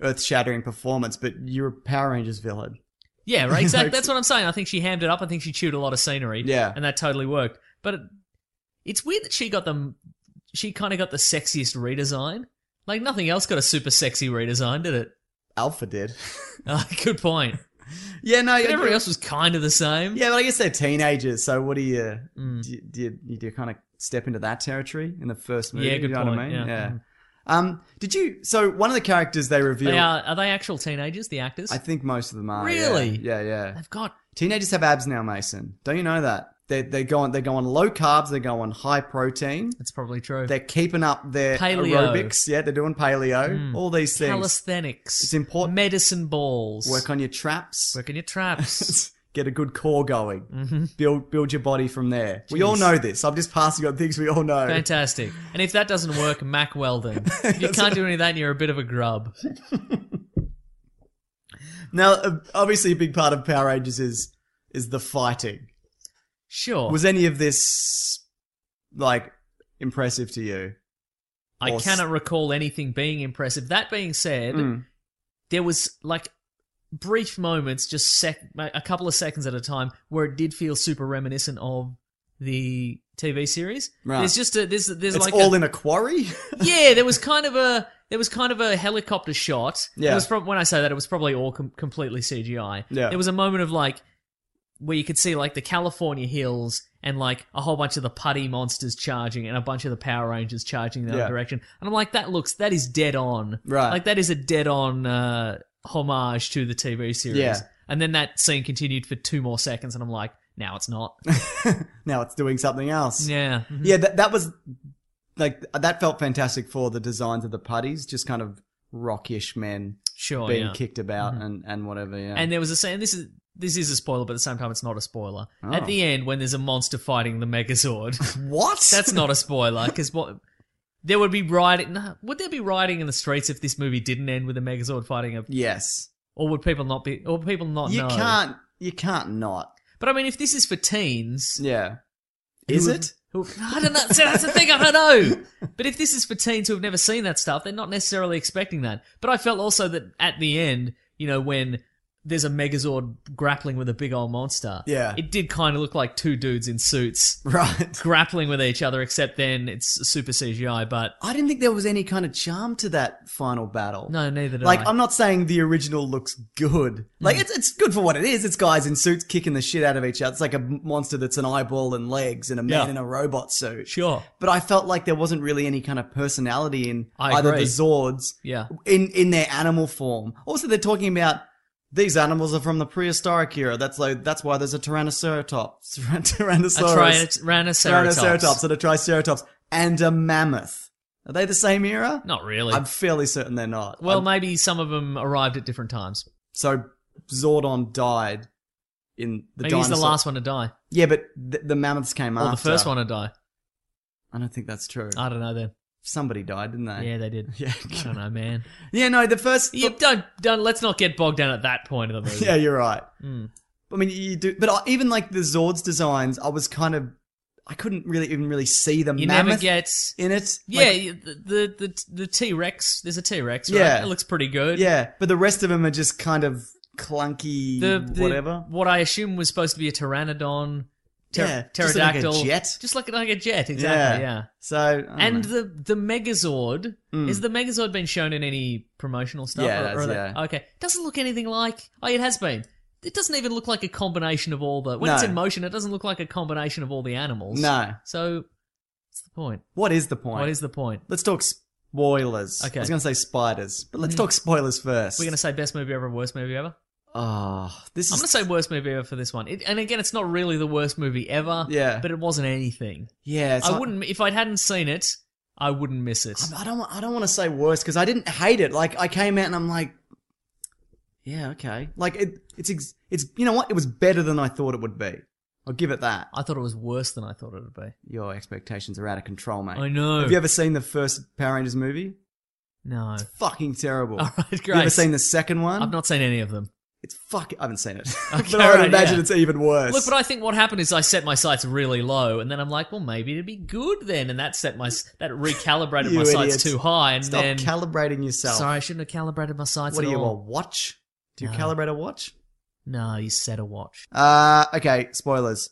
Speaker 2: earth-shattering performance, but you're a Power Rangers villain.
Speaker 3: yeah, right. Exactly.
Speaker 2: Like-
Speaker 3: That's what I'm saying. I think she hammed it up. I think she chewed a lot of scenery.
Speaker 2: Yeah.
Speaker 3: and that totally worked. But it, it's weird that she got them. She kind of got the sexiest redesign. Like nothing else got a super sexy redesign, did it?
Speaker 2: Alpha did.
Speaker 3: Ah, good point.
Speaker 2: Yeah, no.
Speaker 3: But everyone else was kind of the same.
Speaker 2: Yeah, but I guess they're teenagers, so what do you
Speaker 3: Mm.
Speaker 2: do? You, do you, you do kind of step into that territory in the first movie.
Speaker 3: Yeah, good
Speaker 2: you know
Speaker 3: point,
Speaker 2: What I mean?
Speaker 3: yeah. Mhm.
Speaker 2: Um, did you? So one of the characters they reveal.
Speaker 3: They are, are they actual teenagers? The actors?
Speaker 2: I think most of them are. yeah.
Speaker 3: Really?
Speaker 2: Yeah, yeah.
Speaker 3: They've got
Speaker 2: Teenagers have abs now, Mason. Don't you know that? They they go on they go on low carbs, they go on high protein.
Speaker 3: That's probably true.
Speaker 2: They're keeping up their
Speaker 3: Paleo.
Speaker 2: aerobics. Yeah, they're doing paleo.
Speaker 3: Mm.
Speaker 2: All these things.
Speaker 3: calisthenics.
Speaker 2: It's important.
Speaker 3: Medicine balls.
Speaker 2: Work on your traps.
Speaker 3: Work on your traps.
Speaker 2: Get a good core going.
Speaker 3: Mhm.
Speaker 2: Build build your body from there. We all
Speaker 3: Jeez.
Speaker 2: know this. I'm just passing on things we all know.
Speaker 3: Fantastic. And if that doesn't work, Mac welding. If you can't do any of that, and you're a bit of a grub.
Speaker 2: Now, uh, obviously, a big part of Power Rangers is is the fighting.
Speaker 3: Sure.
Speaker 2: Was any of this like impressive to you?
Speaker 3: I
Speaker 2: or s-
Speaker 3: cannot recall anything being impressive. That being said,
Speaker 2: Mm.
Speaker 3: there was like brief moments, just sec- a couple of seconds at a time, where it did feel super reminiscent of the TV series.
Speaker 2: Right.
Speaker 3: There's just a there's there's
Speaker 2: It's
Speaker 3: like
Speaker 2: all
Speaker 3: a,
Speaker 2: in a quarry.
Speaker 3: yeah, there was kind of a there was kind of a helicopter shot.
Speaker 2: Yeah.
Speaker 3: It was prob- when I say that, it was probably all com- completely CGI.
Speaker 2: Yeah.
Speaker 3: There was a moment of like where you could see like the California hills and like a whole bunch of the putty monsters charging and a bunch of the Power Rangers charging in the
Speaker 2: Yeah.
Speaker 3: other direction. And I'm like, that looks that is dead on.
Speaker 2: Right.
Speaker 3: Like that is a dead on uh, homage to the TV series.
Speaker 2: Yeah.
Speaker 3: And then that scene continued for two more seconds, and I'm like, now it's not.
Speaker 2: now it's doing something else.
Speaker 3: yeah. Mm-hmm.
Speaker 2: Yeah, that that was like that felt fantastic for the designs of the putties, just kind of rockish men
Speaker 3: Sure.
Speaker 2: being
Speaker 3: Oh, yeah. Mm-hmm.
Speaker 2: kicked about and and whatever. Yeah,
Speaker 3: And there was a scene. This is this is a spoiler, but at the same time, it's not a spoiler.
Speaker 2: Oh.
Speaker 3: At the end, when there's a monster fighting the Megazord,
Speaker 2: what?
Speaker 3: that's not a spoiler because what there would be rioting. No, would there be rioting in the streets if this movie didn't end with a Megazord fighting a?
Speaker 2: yes.
Speaker 3: Or would people not be? Or would people not
Speaker 2: You
Speaker 3: know?
Speaker 2: can't you can't not.
Speaker 3: But But I mean, if this is for teens,
Speaker 2: yeah,
Speaker 3: is it? I don't know. So that's the thing. I don't know. But if this is for teens who have never seen that stuff, they're not necessarily expecting that. But I felt also that at the end, you know, when there's a Megazord grappling with a big old monster,
Speaker 2: Yeah.
Speaker 3: it did kind of look like two dudes in suits,
Speaker 2: right,
Speaker 3: grappling with each other. Except then it's super CGI. But
Speaker 2: I didn't think there was any kind of charm to that final battle.
Speaker 3: no, neither did
Speaker 2: Like
Speaker 3: I. Mm.
Speaker 2: I'm not saying the original looks good. Like it's it's good for what it is. It's guys in suits kicking the shit out of each other. It's like a monster that's an eyeball and legs and a man
Speaker 3: Yeah.
Speaker 2: in a robot suit.
Speaker 3: Sure.
Speaker 2: But I felt like there wasn't really any kind of personality in
Speaker 3: I
Speaker 2: either
Speaker 3: agree.
Speaker 2: the Zords
Speaker 3: Yeah.
Speaker 2: in in their animal form. Also they're talking about these animals are from the prehistoric era. That's like that's why there's a Tyrannoceratops, Tyrannosaurus,
Speaker 3: A Tyrannoceratops.
Speaker 2: Tyrannoceratops and a Triceratops and a mammoth. Are they the same era?
Speaker 3: Not really.
Speaker 2: I'm fairly certain they're not.
Speaker 3: well,
Speaker 2: I'm-
Speaker 3: maybe some of them arrived at different times.
Speaker 2: so Zordon died in the
Speaker 3: Maybe
Speaker 2: dinosaur.
Speaker 3: he's the last one to die,
Speaker 2: Yeah, but th- the mammoths came
Speaker 3: or the
Speaker 2: after.
Speaker 3: first one to die.
Speaker 2: I don't think that's true.
Speaker 3: I don't know. Then
Speaker 2: Somebody died, didn't they?
Speaker 3: yeah, they did.
Speaker 2: Yeah.
Speaker 3: I don't know, man.
Speaker 2: Yeah, no, the first.
Speaker 3: You don't, don't. Let's not get bogged down at that point of the movie.
Speaker 2: Yeah, you're right.
Speaker 3: Mm.
Speaker 2: I mean, you do, but I, even like the Zords designs, I was kind of, I couldn't really even really see the
Speaker 3: You never
Speaker 2: mammoth
Speaker 3: get.
Speaker 2: in it.
Speaker 3: Yeah,
Speaker 2: Like,
Speaker 3: you- the the the- the T Rex. There's a T Rex. Right?
Speaker 2: Yeah.
Speaker 3: it looks pretty good.
Speaker 2: yeah, but the rest of them are just kind of clunky,
Speaker 3: the, the
Speaker 2: whatever.
Speaker 3: What I assume was supposed to be a pteranodon, ter-
Speaker 2: Yeah, just like a
Speaker 3: pterodactyl,
Speaker 2: jet.
Speaker 3: just like like a jet. Exactly. Yeah.
Speaker 2: So I don't
Speaker 3: And
Speaker 2: know.
Speaker 3: the the Megazord
Speaker 2: Mm.
Speaker 3: is the Megazord been shown in any promotional stuff?
Speaker 2: Yeah,
Speaker 3: Or-
Speaker 2: it has,
Speaker 3: or are they-
Speaker 2: yeah.
Speaker 3: Okay, doesn't look anything like. Oh, it has been. It doesn't even look like a combination of all the. When it's
Speaker 2: No.
Speaker 3: in motion, it doesn't look like a combination of all the animals.
Speaker 2: No.
Speaker 3: So, what's the point?
Speaker 2: what is the point?
Speaker 3: What is the point?
Speaker 2: Let's talk spoilers.
Speaker 3: Okay.
Speaker 2: I was going to say spiders, but let's
Speaker 3: Mm.
Speaker 2: talk spoilers first.
Speaker 3: We're gonna say best movie ever, worst movie ever.
Speaker 2: Oh, this
Speaker 3: I'm
Speaker 2: is.
Speaker 3: gonna say worst movie ever for this one. It, and again, it's not really the worst movie ever.
Speaker 2: Yeah.
Speaker 3: But it wasn't anything.
Speaker 2: yeah, it's
Speaker 3: I
Speaker 2: not-
Speaker 3: wouldn't if I hadn't seen it. I wouldn't miss it.
Speaker 2: I don't. wa- I don't want to say worse because I didn't hate it. Like I came out and I'm like, yeah, okay. Like it, it's ex- it's you know what? It was better than I thought it would be. I'll give it that.
Speaker 3: I thought it was worse than I thought it would be.
Speaker 2: Your expectations are out of control, mate.
Speaker 3: I know.
Speaker 2: Have you ever seen the first Power Rangers movie?
Speaker 3: No.
Speaker 2: Fucking terrible.
Speaker 3: All right, great.
Speaker 2: You ever seen the second one?
Speaker 3: I've not seen any of them.
Speaker 2: It's fuck. I haven't seen it,
Speaker 3: Okay,
Speaker 2: but I would
Speaker 3: alright,
Speaker 2: imagine
Speaker 3: yeah.
Speaker 2: it's even worse.
Speaker 3: Look, but I think what happened is I set my sights really low, and then I'm like, well, maybe it'd be good then, and that set my s- that recalibrated
Speaker 2: You
Speaker 3: my
Speaker 2: idiots.
Speaker 3: sights too high, and
Speaker 2: Stop
Speaker 3: then
Speaker 2: calibrating yourself.
Speaker 3: sorry, I shouldn't have calibrated my sights
Speaker 2: What
Speaker 3: at
Speaker 2: do you a
Speaker 3: all.
Speaker 2: watch? Do you
Speaker 3: No.
Speaker 2: calibrate a watch?
Speaker 3: No, you set a watch.
Speaker 2: Uh, okay, spoilers.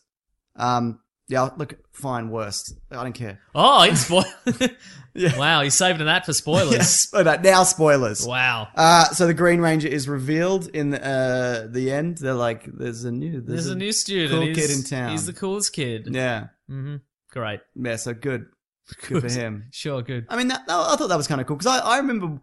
Speaker 2: Um, yeah, look, fine, worst. I don't care.
Speaker 3: Oh, it's spoil.
Speaker 2: Yeah.
Speaker 3: Wow, you're saving that for spoilers.
Speaker 2: Yeah, spo- now spoilers.
Speaker 3: Wow.
Speaker 2: Uh, so the Green Ranger is revealed in uh the end. They're like, there's a new, there's,
Speaker 3: There's a new student.
Speaker 2: cool
Speaker 3: he's,
Speaker 2: kid in town.
Speaker 3: He's the coolest kid.
Speaker 2: yeah,
Speaker 3: Mm-hmm. Great.
Speaker 2: yeah. So good, good for him.
Speaker 3: Sure, good.
Speaker 2: I mean, that, that- I thought that was kind of cool because I, I remember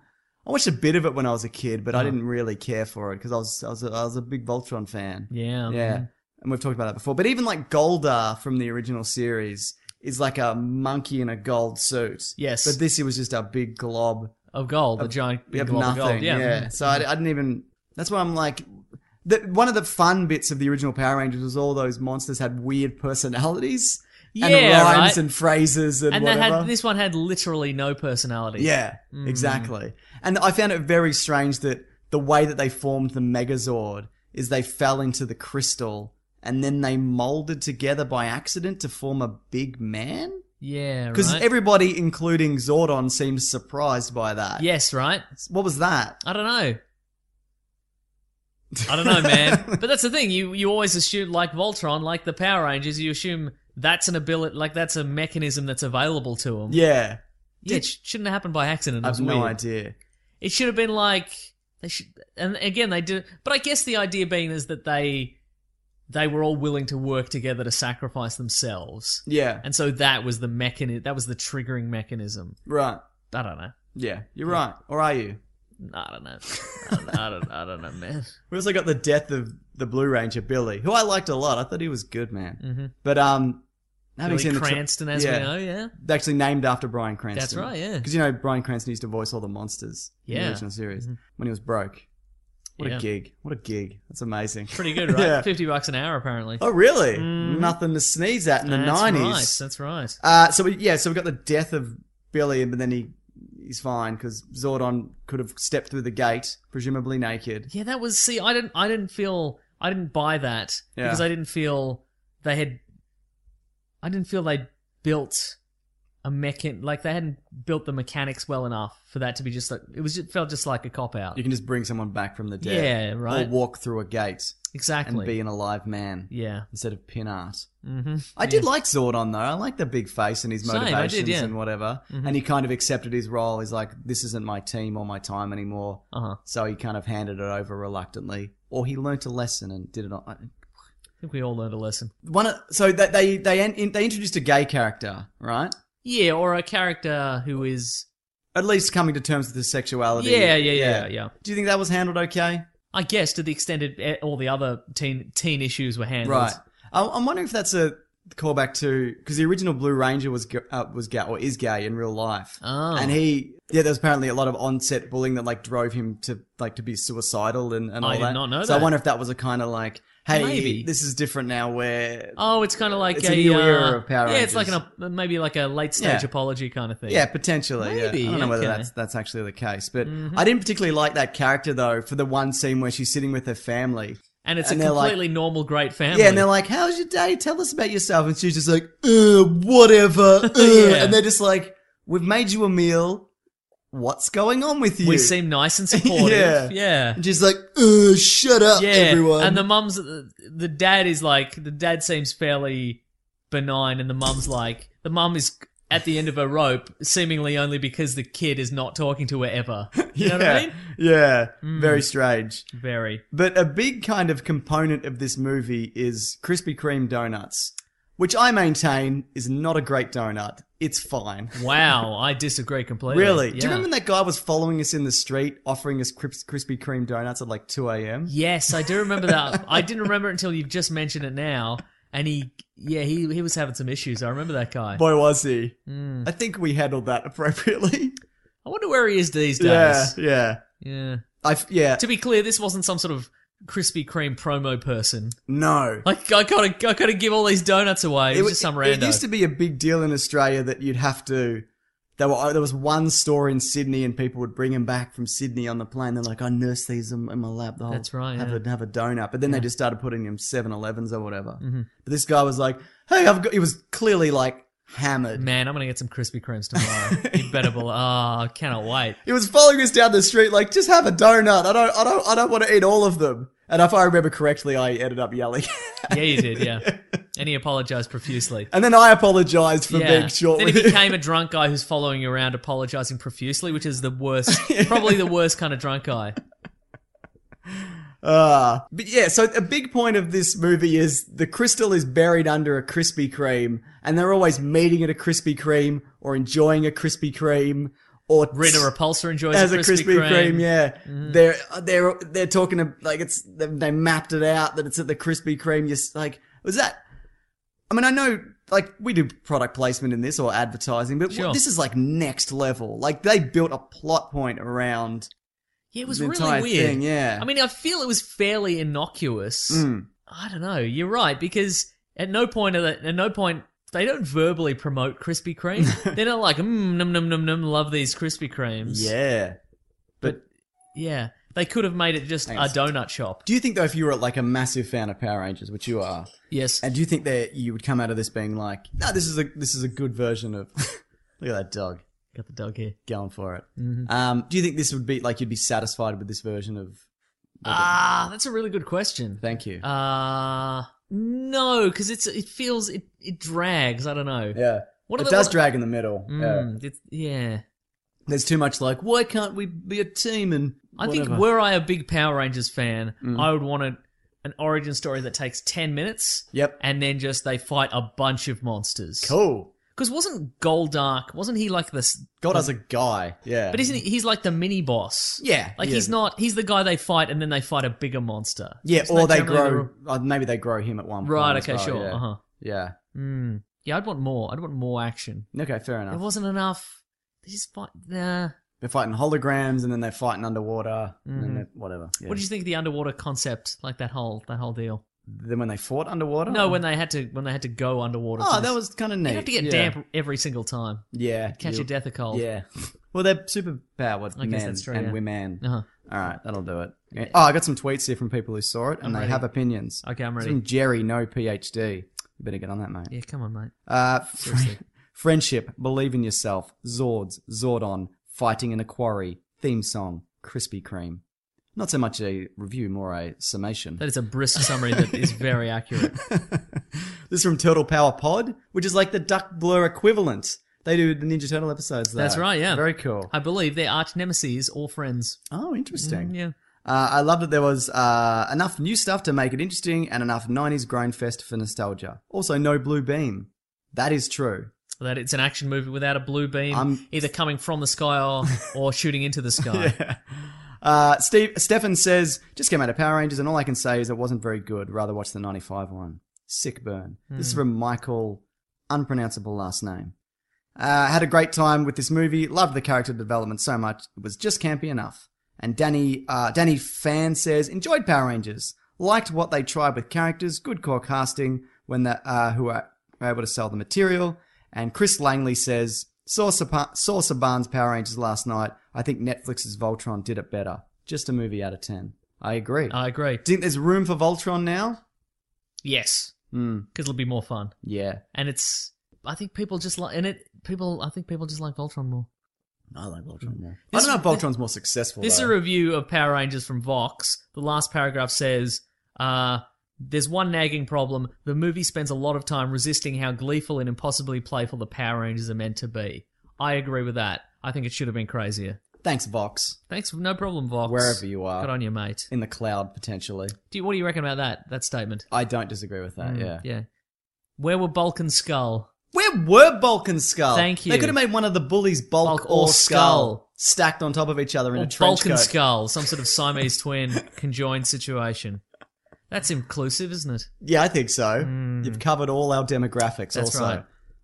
Speaker 2: I watched a bit of it when I was a kid, but I
Speaker 3: Uh-huh.
Speaker 2: didn't really care for it because I was I was, a, I was a big Voltron fan.
Speaker 3: Yeah.
Speaker 2: Yeah.
Speaker 3: mhm.
Speaker 2: And we've talked about that before. But even like Goldar from the original series is like a monkey in a gold suit.
Speaker 3: Yes.
Speaker 2: But this it was just a big glob.
Speaker 3: Of gold, a giant
Speaker 2: We
Speaker 3: big
Speaker 2: have
Speaker 3: glob of
Speaker 2: nothing.
Speaker 3: gold.
Speaker 2: Yeah.
Speaker 3: Yeah. mm-hmm.
Speaker 2: So I, I didn't even. That's why I'm like. The, one of the fun bits of the original Power Rangers was all those monsters had weird personalities and
Speaker 3: Yeah,
Speaker 2: rhymes
Speaker 3: right.
Speaker 2: and phrases and,
Speaker 3: and that
Speaker 2: whatever.
Speaker 3: had this Mm. one had literally no personality.
Speaker 2: Yeah, exactly. And I found it very strange that the way that they formed the Megazord is they fell into the crystal and then they molded together by accident to form a big man.
Speaker 3: Yeah.
Speaker 2: Because
Speaker 3: right?
Speaker 2: everybody, including Zordon, seemed surprised by that.
Speaker 3: Yes, right.
Speaker 2: What was that?
Speaker 3: I don't know. I don't know, man. but that's the thing. You you always assume, like Voltron, like the Power Rangers, you assume that's an ability, like that's a mechanism that's available to them.
Speaker 2: Yeah,
Speaker 3: Yeah, it sh- shouldn't have happened by accident. It
Speaker 2: I
Speaker 3: was
Speaker 2: have no
Speaker 3: weird.
Speaker 2: idea.
Speaker 3: It should have been like they should. And again, they did. But I guess the idea being is that they they were all willing to work together to sacrifice themselves,
Speaker 2: Yeah,
Speaker 3: and so that was the mechani- That was the triggering mechanism.
Speaker 2: right.
Speaker 3: I don't know.
Speaker 2: Yeah, you're right. Or are you?
Speaker 3: I don't know. I don't, I don't, I don't know, man.
Speaker 2: We also got the death of the Blue Ranger Billy, who I liked a lot. I thought he was good, man. But um, having
Speaker 3: Billy
Speaker 2: seen the tra-
Speaker 3: Cranston, as we know, yeah.
Speaker 2: They're actually named after Brian Cranston.
Speaker 3: That's right, yeah.
Speaker 2: Because you know Brian Cranston used to voice all the monsters in the
Speaker 3: Yeah.
Speaker 2: original series when he was broke. What a
Speaker 3: Mm-hmm. Yeah.
Speaker 2: gig! What a gig! That's amazing.
Speaker 3: Pretty good, right?
Speaker 2: Yeah.
Speaker 3: Fifty bucks an hour, apparently.
Speaker 2: Oh really?
Speaker 3: Mhm.
Speaker 2: Nothing to sneeze at in the
Speaker 3: That's
Speaker 2: nineties.
Speaker 3: Right, that's right.
Speaker 2: Uh, so we, yeah, so we got the death of Billy, but then he he's fine because Zordon could have stepped through the gate, presumably naked.
Speaker 3: Yeah, that was. See, I didn't. I didn't feel. I didn't buy that
Speaker 2: Yeah.
Speaker 3: because I didn't feel they had. I didn't feel they built a mechan like they hadn't built the mechanics well enough for that to be just like it was. It felt just like a cop out.
Speaker 2: You can just bring someone back from the dead.
Speaker 3: Yeah, right.
Speaker 2: Or walk through a gate.
Speaker 3: Exactly.
Speaker 2: And be an alive man.
Speaker 3: Yeah.
Speaker 2: Instead of pin art.
Speaker 3: Mm-hmm.
Speaker 2: I did like Zordon though. I like the big face and his
Speaker 3: Same, I did,
Speaker 2: motivations
Speaker 3: yeah.
Speaker 2: and whatever.
Speaker 3: Mhm.
Speaker 2: And he kind of accepted his role. He's like, this isn't my team or my time anymore.
Speaker 3: Uh-huh.
Speaker 2: So he kind of handed it over reluctantly, or he learnt a lesson and did it. On, uh,
Speaker 3: I think we all learned a lesson.
Speaker 2: one of, so that they they in- they introduced a gay character, right?
Speaker 3: Yeah, or a character who is
Speaker 2: At least coming to terms with his sexuality.
Speaker 3: Yeah, yeah, yeah, yeah.
Speaker 2: Do Oh, you think that was handled okay?
Speaker 3: I guess to the extent it, eh, all the other teen teen issues were handled.
Speaker 2: Right. I- I'm wondering if that's a callback to because the original Blue Ranger was ga- uh, was gay or is gay in real life,
Speaker 3: Oh.
Speaker 2: and he yeah, there was apparently a lot of onset bullying that like drove him to like to be suicidal and, and all
Speaker 3: I did
Speaker 2: that.
Speaker 3: not know
Speaker 2: so I
Speaker 3: that.
Speaker 2: wonder if that was a kind of like, hey,
Speaker 3: Maybe.
Speaker 2: this is different now. Where
Speaker 3: Oh, it's kind of like
Speaker 2: It's
Speaker 3: a,
Speaker 2: a new
Speaker 3: uh,
Speaker 2: era of Power
Speaker 3: Yeah, it's like
Speaker 2: Rangers.
Speaker 3: an ap- maybe like a late stage
Speaker 2: Yeah.
Speaker 3: apology kind of thing.
Speaker 2: Yeah, potentially. yeah.
Speaker 3: Maybe,
Speaker 2: I don't know whether
Speaker 3: okay. Mm-hmm.
Speaker 2: that's that's actually the case, but I didn't particularly like that character though. For the one scene where she's sitting with her family,
Speaker 3: and it's a
Speaker 2: they're like-
Speaker 3: completely normal great family.
Speaker 2: Yeah, and they're like, "How's your day? Tell us about yourself." And she's just like, uh, "Whatever." uh,"
Speaker 3: Yeah.
Speaker 2: And they're just like, "We've made you a meal. What's going on with you?"
Speaker 3: we seem nice and supportive.
Speaker 2: Yeah.
Speaker 3: yeah.
Speaker 2: And she's like, "Uh, shut up,
Speaker 3: yeah.
Speaker 2: everyone."
Speaker 3: And the mum's the dad is like the dad seems fairly benign and the mum's like the mum is at the end of her rope seemingly only because the kid is not talking to her ever. You know what I mean?
Speaker 2: Yeah,
Speaker 3: Mm.
Speaker 2: very strange.
Speaker 3: Very.
Speaker 2: But a big kind of component of this movie is Krispy Kreme donuts, which I maintain is not a great donut. It's fine.
Speaker 3: Wow, I disagree completely.
Speaker 2: Really? Do you
Speaker 3: Yeah.
Speaker 2: remember when that guy was following us in the street, offering us Kris- Krispy Kreme donuts at like 2 a.m.?
Speaker 3: Yes, I do remember that. I didn't remember it until you've just mentioned it now. And he, yeah, he he was having some issues. I remember that guy.
Speaker 2: Boy, was he.
Speaker 3: Mm.
Speaker 2: I think we handled that appropriately.
Speaker 3: I wonder where he is these
Speaker 2: yeah,
Speaker 3: days.
Speaker 2: yeah.
Speaker 3: yeah.
Speaker 2: I f- yeah.
Speaker 3: To be clear, this wasn't some sort of Krispy Kreme promo person.
Speaker 2: no.
Speaker 3: Like I gotta, I gotta give all these donuts away. It, was
Speaker 2: wa-
Speaker 3: just some
Speaker 2: it
Speaker 3: random.
Speaker 2: used to be a big deal in Australia that you'd have to. There, were, there was one store in Sydney, and people would bring them back from Sydney on the plane. They're like, "I nurse these in, in my lab." The whole,
Speaker 3: That's right,
Speaker 2: Have,
Speaker 3: yeah.
Speaker 2: a, have a donut, but then they just started putting them 7-Elevens or whatever.
Speaker 3: Mhm.
Speaker 2: But this guy was like, "Hey, I've got." He was clearly like hammered.
Speaker 3: Man, I'm gonna get some Krispy Kremes tomorrow. you better believe. Ah, I cannot wait.
Speaker 2: He was following us down the street, like, "Just have a donut. I don't, I don't, I don't want to eat all of them." And if I remember correctly, I ended up yelling.
Speaker 3: Yeah, you did. Yeah, and he apologized profusely.
Speaker 2: And then I apologized for being short
Speaker 3: Then
Speaker 2: with
Speaker 3: he
Speaker 2: it.
Speaker 3: became a drunk guy who's following you around apologizing profusely, which is the worst, probably the worst kind of drunk guy.
Speaker 2: Uh, but yeah, so a big point of this movie is the crystal is buried under a Krispy Kreme, and they're always meeting at a Krispy Kreme or enjoying a Krispy Kreme or
Speaker 3: Rita Repulsa enjoys
Speaker 2: as
Speaker 3: a Krispy, Kreme. Mm-hmm.
Speaker 2: yeah. They're they're they're talking to, like it's they, they mapped it out that it's at the Krispy Kreme. You're s- like, was that? I mean, I know like we do product placement in this or advertising, but
Speaker 3: Sure.
Speaker 2: this is like next level. Like they built a plot point around.
Speaker 3: Yeah, it was
Speaker 2: the
Speaker 3: really
Speaker 2: entire
Speaker 3: weird.
Speaker 2: thing, yeah.
Speaker 3: I mean, I feel it was fairly innocuous.
Speaker 2: Mm.
Speaker 3: I don't know. You're right because at no point of that, at no point they don't verbally promote Krispy Kreme. They're not like mm, num num num num love these Krispy Kremes.
Speaker 2: Yeah, but
Speaker 3: yeah. They could have made it just a
Speaker 2: Thanks.
Speaker 3: donut shop.
Speaker 2: Do you think though, if you were like a massive fan of Power Rangers, which you are,
Speaker 3: Yes.
Speaker 2: and do you think that you would come out of this being like, no, this is a this is a good version of, look at that dog
Speaker 3: Got the dog here.
Speaker 2: going for it.
Speaker 3: Mhm.
Speaker 2: Um, do you think this would be like you'd be satisfied with this version of?
Speaker 3: Ah, that's a really good question.
Speaker 2: Thank you.
Speaker 3: Uh no, because it's it feels it it drags. I don't know.
Speaker 2: yeah,
Speaker 3: What are
Speaker 2: it
Speaker 3: the-
Speaker 2: does
Speaker 3: what-
Speaker 2: drag in the middle. Yeah.
Speaker 3: Mm, it's, yeah.
Speaker 2: There's too much like, why can't we be a team? And
Speaker 3: I think
Speaker 2: whatever. Mm.
Speaker 3: were I a big Power Rangers fan, I would want a, an origin story that takes ten minutes.
Speaker 2: Yep.
Speaker 3: And then just they fight a bunch of monsters.
Speaker 2: cool.
Speaker 3: Because wasn't Goldark? Wasn't he like this?
Speaker 2: God as a guy, yeah.
Speaker 3: But isn't he, he's like the mini boss?
Speaker 2: Yeah,
Speaker 3: Like
Speaker 2: he
Speaker 3: he's
Speaker 2: is.
Speaker 3: not. He's the guy they fight, and then they fight a bigger monster.
Speaker 2: yeah,
Speaker 3: Isn't
Speaker 2: or
Speaker 3: that
Speaker 2: they
Speaker 3: generally
Speaker 2: grow. uh, maybe they grow him at one
Speaker 3: the-
Speaker 2: point.
Speaker 3: Right.
Speaker 2: as
Speaker 3: Okay.
Speaker 2: well,
Speaker 3: Sure.
Speaker 2: Yeah.
Speaker 3: Uh huh.
Speaker 2: yeah.
Speaker 3: Mm. Yeah. I'd want more. I'd want more action.
Speaker 2: Okay. Fair enough.
Speaker 3: There wasn't enough. They just fight. Nah.
Speaker 2: They're fighting holograms, and then they're fighting underwater, and then
Speaker 3: Mhm.
Speaker 2: they're- whatever. Yeah.
Speaker 3: What did you think of the underwater concept? Like that whole that whole deal.
Speaker 2: Then when they fought underwater?
Speaker 3: No, when they had to when they had to go underwater.
Speaker 2: Oh,
Speaker 3: to
Speaker 2: that
Speaker 3: this-
Speaker 2: was kind of neat.
Speaker 3: You have to get
Speaker 2: yeah.
Speaker 3: damp every single time.
Speaker 2: Yeah,
Speaker 3: Catch
Speaker 2: you-
Speaker 3: a death of cold.
Speaker 2: Yeah. Well, they're superpowered
Speaker 3: I
Speaker 2: men
Speaker 3: guess that's true,
Speaker 2: and
Speaker 3: yeah.
Speaker 2: women.
Speaker 3: Uh-huh.
Speaker 2: All right, that'll do it. Oh, I got some tweets here from people who saw it, and
Speaker 3: I'm
Speaker 2: they
Speaker 3: ready.
Speaker 2: have opinions.
Speaker 3: Okay, I'm
Speaker 2: It's
Speaker 3: ready.
Speaker 2: From Jerry, no PhD. You better get on that, mate.
Speaker 3: Yeah, come on, mate.
Speaker 2: Uh, fr- friendship, believe in yourself, Zords, Zordon, fighting in a quarry, theme song, Krispy Kreme. Not so much a review, more a summation.
Speaker 3: That is a brisk summary that is very accurate.
Speaker 2: This is from Turtle Power Pod, which is like the Duck Blur equivalent. They do the Ninja Turtle episodes. Though.
Speaker 3: That's right, yeah.
Speaker 2: Very cool.
Speaker 3: I believe they're arch nemesis or friends.
Speaker 2: Oh, interesting.
Speaker 3: Mm, yeah.
Speaker 2: Uh, I love that there was uh, enough new stuff to make it interesting and enough 90s grind fest for nostalgia. Also, no blue beam. That is true.
Speaker 3: That it's an action movie without a blue beam,
Speaker 2: I'm-
Speaker 3: either coming from the sky or, or shooting into the sky.
Speaker 2: Uh, Steve Stefan says, just came out of Power Rangers, and all I can say is it wasn't very good. Rather watch the 95 one. Sick burn. This is
Speaker 3: Hmm.
Speaker 2: from Michael, unpronounceable last name. Uh, had a great time with this movie. Loved the character development so much. It was just campy enough. And Danny, uh, Danny Fan says, enjoyed Power Rangers. Liked what they tried with characters. Good core casting when the, uh, who are were able to sell the material. And Chris Langley says, saw, Sapa- saw Saban's Power Rangers last night. I think Netflix's Voltron did it better. Just a movie out of 10. I agree.
Speaker 3: I agree.
Speaker 2: Do you think there's room for Voltron now?
Speaker 3: Yes,
Speaker 2: Mm,
Speaker 3: because it'll be more fun,
Speaker 2: yeah.
Speaker 3: and it's. I think people just like and it. People, I think people just like Voltron more.
Speaker 2: I like Voltron more.
Speaker 3: This-
Speaker 2: I don't know if Voltron's more successful.
Speaker 3: This is
Speaker 2: though.
Speaker 3: a review of Power Rangers from Vox. The last paragraph says, uh, there's one nagging problem. The movie spends a lot of time resisting how gleeful and impossibly playful the Power Rangers are meant to be. I agree with that. I think it should have been crazier.
Speaker 2: Thanks, Vox.
Speaker 3: Thanks, no problem, Vox.
Speaker 2: Wherever you are.
Speaker 3: Good on you, mate.
Speaker 2: In the cloud, potentially.
Speaker 3: Do you, what do you reckon about that, that statement?
Speaker 2: I don't disagree with that,
Speaker 3: Mm,
Speaker 2: Uh, yeah.
Speaker 3: Yeah. Where were Bulk and Skull?
Speaker 2: Where were Bulk and Skull?
Speaker 3: Thank you.
Speaker 2: They could have made one of the bullies Bulk,
Speaker 3: Bulk
Speaker 2: or
Speaker 3: or
Speaker 2: skull,
Speaker 3: Skull.
Speaker 2: stacked on top of each other in
Speaker 3: Or
Speaker 2: a trench
Speaker 3: Bulk and
Speaker 2: coat.
Speaker 3: Skull, some sort of Siamese twin conjoined situation. That's inclusive, isn't it?
Speaker 2: Yeah, I think so. You've covered all our demographics
Speaker 3: Mm. That's
Speaker 2: also.
Speaker 3: right.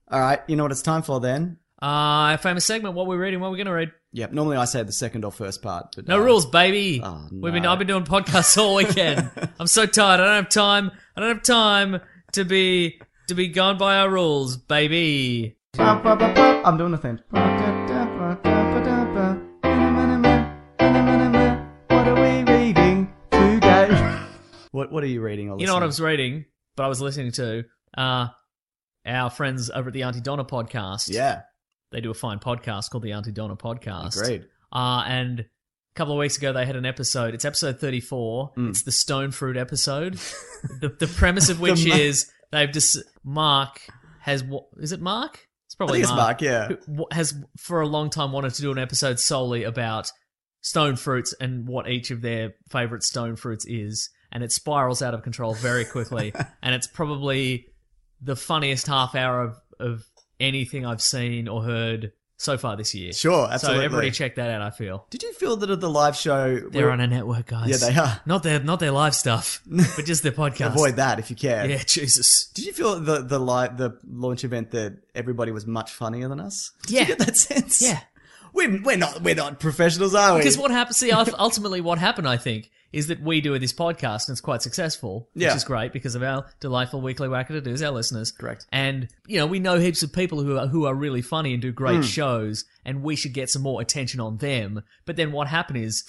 Speaker 2: All right, you know what it's time for then?
Speaker 3: Uh, famous segment. What we're reading. What we're going to read.
Speaker 2: Yep, normally I say the second or first part. But
Speaker 3: No
Speaker 2: uh,
Speaker 3: rules, baby.
Speaker 2: Oh,
Speaker 3: We've been.
Speaker 2: no.
Speaker 3: I've been doing podcasts all weekend. I'm so tired. I don't have time. I don't have time to be to be gone by our rules, baby.
Speaker 2: I'm doing the thing. What are we reading today? What What are you reading? Or
Speaker 3: You know what I
Speaker 2: listening?
Speaker 3: was reading, but I was listening to uh, our friends over at the Auntie Donna podcast.
Speaker 2: Yeah,
Speaker 3: they do a fine podcast called the Auntie Donna podcast.
Speaker 2: great.
Speaker 3: Uh, and a couple of weeks ago, they had an episode. It's episode 34. It's the stone fruit episode. the, the premise of which
Speaker 2: Mm. The ma-
Speaker 3: is they've just. Mark has. wa- Is it Mark? It's probably
Speaker 2: I think it's Mark, yeah.
Speaker 3: who wa- has for a long time wanted to do an episode solely about stone fruits and what each of their favorite stone fruits is. And it spirals out of control very quickly. and it's probably the funniest half hour of, of anything I've seen or heard so far this year.
Speaker 2: Sure, absolutely.
Speaker 3: So everybody check that out, I feel.
Speaker 2: Did you feel that at the live show? we
Speaker 3: They're
Speaker 2: were-
Speaker 3: on a network, guys.
Speaker 2: Yeah, they are.
Speaker 3: Not their not their live stuff, but just their podcast.
Speaker 2: Avoid that if you can.
Speaker 3: Yeah, Jesus.
Speaker 2: Did you feel the the live the launch event that everybody was much funnier than us? Did
Speaker 3: Yeah.
Speaker 2: you get that sense?
Speaker 3: Yeah.
Speaker 2: we're, we're not we're not professionals, are we?
Speaker 3: Because what happened? See, ul- ultimately, what happened, I think, is that we do this podcast and it's quite successful,
Speaker 2: Yeah.
Speaker 3: which is great because of our delightful weekly whacker to do's, our listeners.
Speaker 2: Correct.
Speaker 3: And you know, we know heaps of people who are who are really funny and do great
Speaker 2: Mm.
Speaker 3: shows, and we should get some more attention on them. But then what happened is.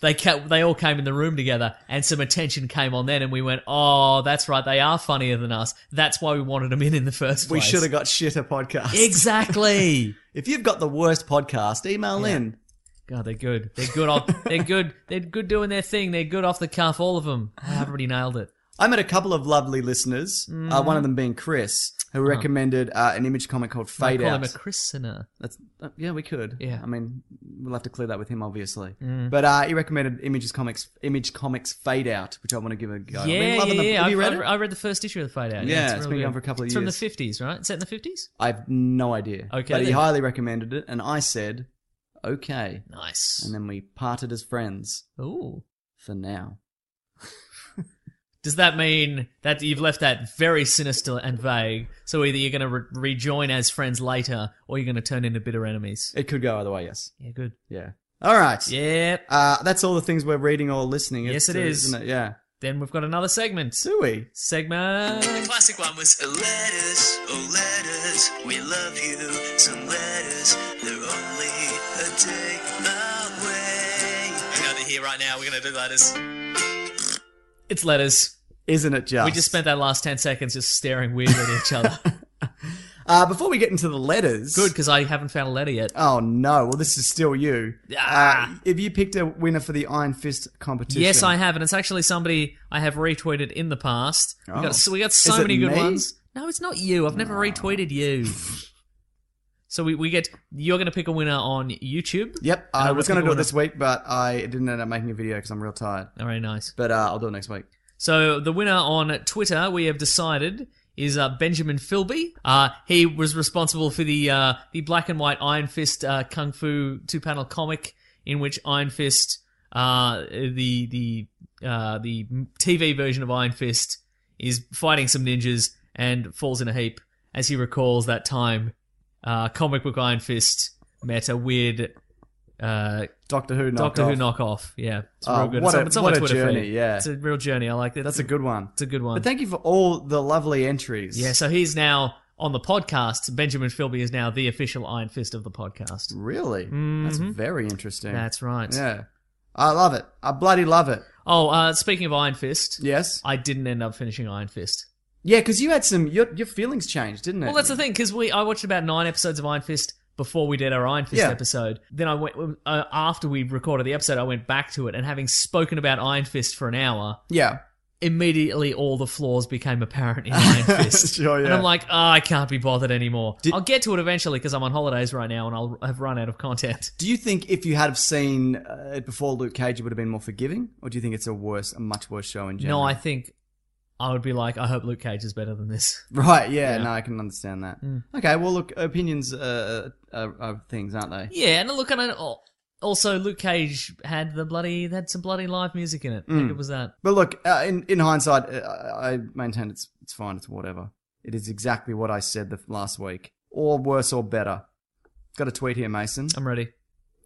Speaker 3: They ca- they all came in the room together, and some attention came on then, and we went, "Oh, that's right, they are funnier than us. That's why we wanted them in in the first
Speaker 2: we
Speaker 3: place."
Speaker 2: should have got shitter podcasts.
Speaker 3: exactly.
Speaker 2: If you've got the worst podcast, email
Speaker 3: Yeah.
Speaker 2: in.
Speaker 3: God, they're good. They're good. Off, they're good. They're good doing their thing. They're good off the cuff. All of them. I've already nailed it.
Speaker 2: I met a couple of lovely listeners.
Speaker 3: Mm.
Speaker 2: Uh, one of them being Chris, who recommended uh, an image comic called
Speaker 3: I
Speaker 2: Fade
Speaker 3: Oh. call him
Speaker 2: Out.
Speaker 3: a christener.
Speaker 2: That's uh, yeah, we could.
Speaker 3: Yeah.
Speaker 2: I mean, we'll have to clear that with him, obviously.
Speaker 3: Mm.
Speaker 2: But uh, he recommended Images Comics, Image Comics Fade Out, which I want to give a go. I've
Speaker 3: yeah,
Speaker 2: been
Speaker 3: yeah,
Speaker 2: loving the-
Speaker 3: yeah.
Speaker 2: Have you
Speaker 3: I've-
Speaker 2: read
Speaker 3: I've-
Speaker 2: it?
Speaker 3: I read the first issue of the Fade Out.
Speaker 2: Yeah, it's
Speaker 3: real
Speaker 2: been
Speaker 3: good.
Speaker 2: going for a couple of
Speaker 3: it's
Speaker 2: years.
Speaker 3: from the 50s, right? It's set in the 50s?
Speaker 2: I've no idea.
Speaker 3: Okay,
Speaker 2: but he
Speaker 3: then.
Speaker 2: highly recommended it, and I said, okay.
Speaker 3: Nice.
Speaker 2: And then we parted as friends
Speaker 3: Ooh.
Speaker 2: for now.
Speaker 3: Does that mean that you've left that very sinister and vague? So either you're going to re- rejoin as friends later, or you're going to turn into bitter enemies.
Speaker 2: It could go either way, yes.
Speaker 3: Yeah, good.
Speaker 2: Yeah. All right.
Speaker 3: Yep.
Speaker 2: Uh, that's all the things we're reading or listening.
Speaker 3: Yes, it
Speaker 2: uh,
Speaker 3: is.
Speaker 2: Isn't it? Yeah.
Speaker 3: Then we've got another segment.
Speaker 2: Do we?
Speaker 3: Segment.
Speaker 1: classic one was uh, letters, oh letters, we love you. Some letters, they're only a day away. I gotta hear
Speaker 11: right now. We're going to do letters.
Speaker 3: It's letters.
Speaker 2: Isn't it just?
Speaker 3: We just spent that last 10 seconds just staring weirdly at each other.
Speaker 2: Uh, before we get into the letters.
Speaker 3: Good, because I haven't found a letter yet.
Speaker 2: Oh, no. Well, this is still you. Uh, have you picked a winner for the Iron Fist competition?
Speaker 3: Yes, I have, and it's actually somebody I have retweeted in the past. We
Speaker 2: Oh.
Speaker 3: got so, we got so
Speaker 2: Is it
Speaker 3: many good
Speaker 2: me? Ah.
Speaker 3: ones. No, it's not you. I've never retweeted you. so we, we get you're going to pick a winner on YouTube.
Speaker 2: Yep.
Speaker 3: And
Speaker 2: I
Speaker 3: I'm
Speaker 2: was
Speaker 3: gonna
Speaker 2: going
Speaker 3: pick
Speaker 2: to
Speaker 3: a
Speaker 2: do it
Speaker 3: winner-
Speaker 2: this week, but I didn't end up making a video because I'm real tired.
Speaker 3: All right, nice.
Speaker 2: But uh, I'll do it next week.
Speaker 3: So the winner on Twitter we have decided is uh, Benjamin Philby. Uh, he was responsible for the uh, the black and white Iron Fist uh, kung fu two panel comic in which Iron Fist, uh, the the uh, the TV version of Iron Fist, is fighting some ninjas and falls in a heap as he recalls that time uh, comic book Iron Fist met a weird. Uh,
Speaker 2: Doctor Who
Speaker 3: Doctor Who
Speaker 2: knockoff.
Speaker 3: knockoff, yeah, it's
Speaker 2: Oh,
Speaker 3: real good.
Speaker 2: what
Speaker 3: it's on,
Speaker 2: a-
Speaker 3: it's on
Speaker 2: what
Speaker 3: my
Speaker 2: a
Speaker 3: Twitter
Speaker 2: journey,
Speaker 3: feed.
Speaker 2: yeah.
Speaker 3: it's a real journey. I like that.
Speaker 2: That's a good one.
Speaker 3: It's a good one.
Speaker 2: But thank you for all the lovely entries.
Speaker 3: Yeah, so he's now on the podcast. Benjamin Philby is now the official Iron Fist of the podcast.
Speaker 2: Really? That's
Speaker 3: Mhm.
Speaker 2: very interesting.
Speaker 3: That's right.
Speaker 2: Yeah. I love it. I bloody love it.
Speaker 3: Oh, uh, speaking of Iron Fist,
Speaker 2: yes,
Speaker 3: I didn't end up finishing Iron Fist.
Speaker 2: Yeah, because you had some, your, your feelings changed, didn't it?
Speaker 3: Well, that's the thing because we I watched about nine episodes of Iron Fist before we did our Iron Fist
Speaker 2: Yeah.
Speaker 3: episode. Then I went uh, after we recorded the episode, I went back to it and having spoken about Iron Fist for an hour,
Speaker 2: Yeah.
Speaker 3: immediately all the flaws became apparent in Iron Fist.
Speaker 2: Sure,
Speaker 3: And
Speaker 2: yeah.
Speaker 3: I'm like, oh, I can't be bothered anymore. I'll get to it eventually because I'm on holidays right now and I'll have run out of content.
Speaker 2: Do you think if you had have seen uh, it before Luke Cage, you would have been more forgiving? Or do you think it's a worse, a much worse show in general?
Speaker 3: No, I think I would be like, I hope Luke Cage is better than this.
Speaker 2: Right, yeah, no, I can understand that.
Speaker 3: Mm.
Speaker 2: Okay, well, look, opinions uh, are, are things, aren't they?
Speaker 3: Yeah, and look, and I- al- also Luke Cage had the bloody had some bloody live music in it. How
Speaker 2: Mm.
Speaker 3: good was that?
Speaker 2: But look, uh, in in hindsight, uh, I I maintain it's it's fine. It's whatever. It is exactly what I said the last week, or worse, or better. Got a tweet here, Mason.
Speaker 3: I'm ready.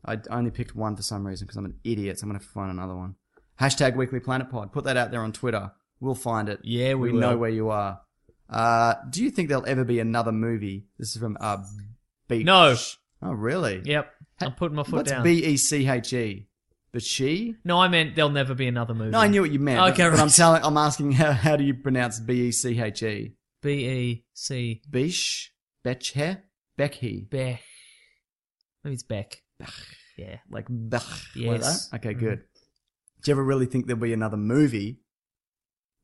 Speaker 2: I only picked one for some reason because I'm an idiot. So I'm gonna have to find another one. Hashtag Weekly Planet Pod. Put that out there on Twitter. We'll find it.
Speaker 3: Yeah, we
Speaker 2: know
Speaker 3: will.
Speaker 2: where you are. Uh, do you think there'll ever be another movie? This is from uh, Beach.
Speaker 3: No.
Speaker 2: Oh, really?
Speaker 3: Yep, I'm putting my foot
Speaker 2: What's
Speaker 3: down.
Speaker 2: B E C H E? But she.
Speaker 3: no, I meant there'll never be another movie.
Speaker 2: No, I knew what you meant.
Speaker 3: Okay,
Speaker 2: but,
Speaker 3: right.
Speaker 2: but I'm telling. I'm asking how, how do you pronounce B E C H E?
Speaker 3: B E C
Speaker 2: Bish, Beche, Becky,
Speaker 3: Beck. Maybe it's Beck. Yeah,
Speaker 2: like Bech.
Speaker 3: Yes.
Speaker 2: Like that? Okay,
Speaker 3: Mhm.
Speaker 2: good. Do you ever really think there'll be another movie?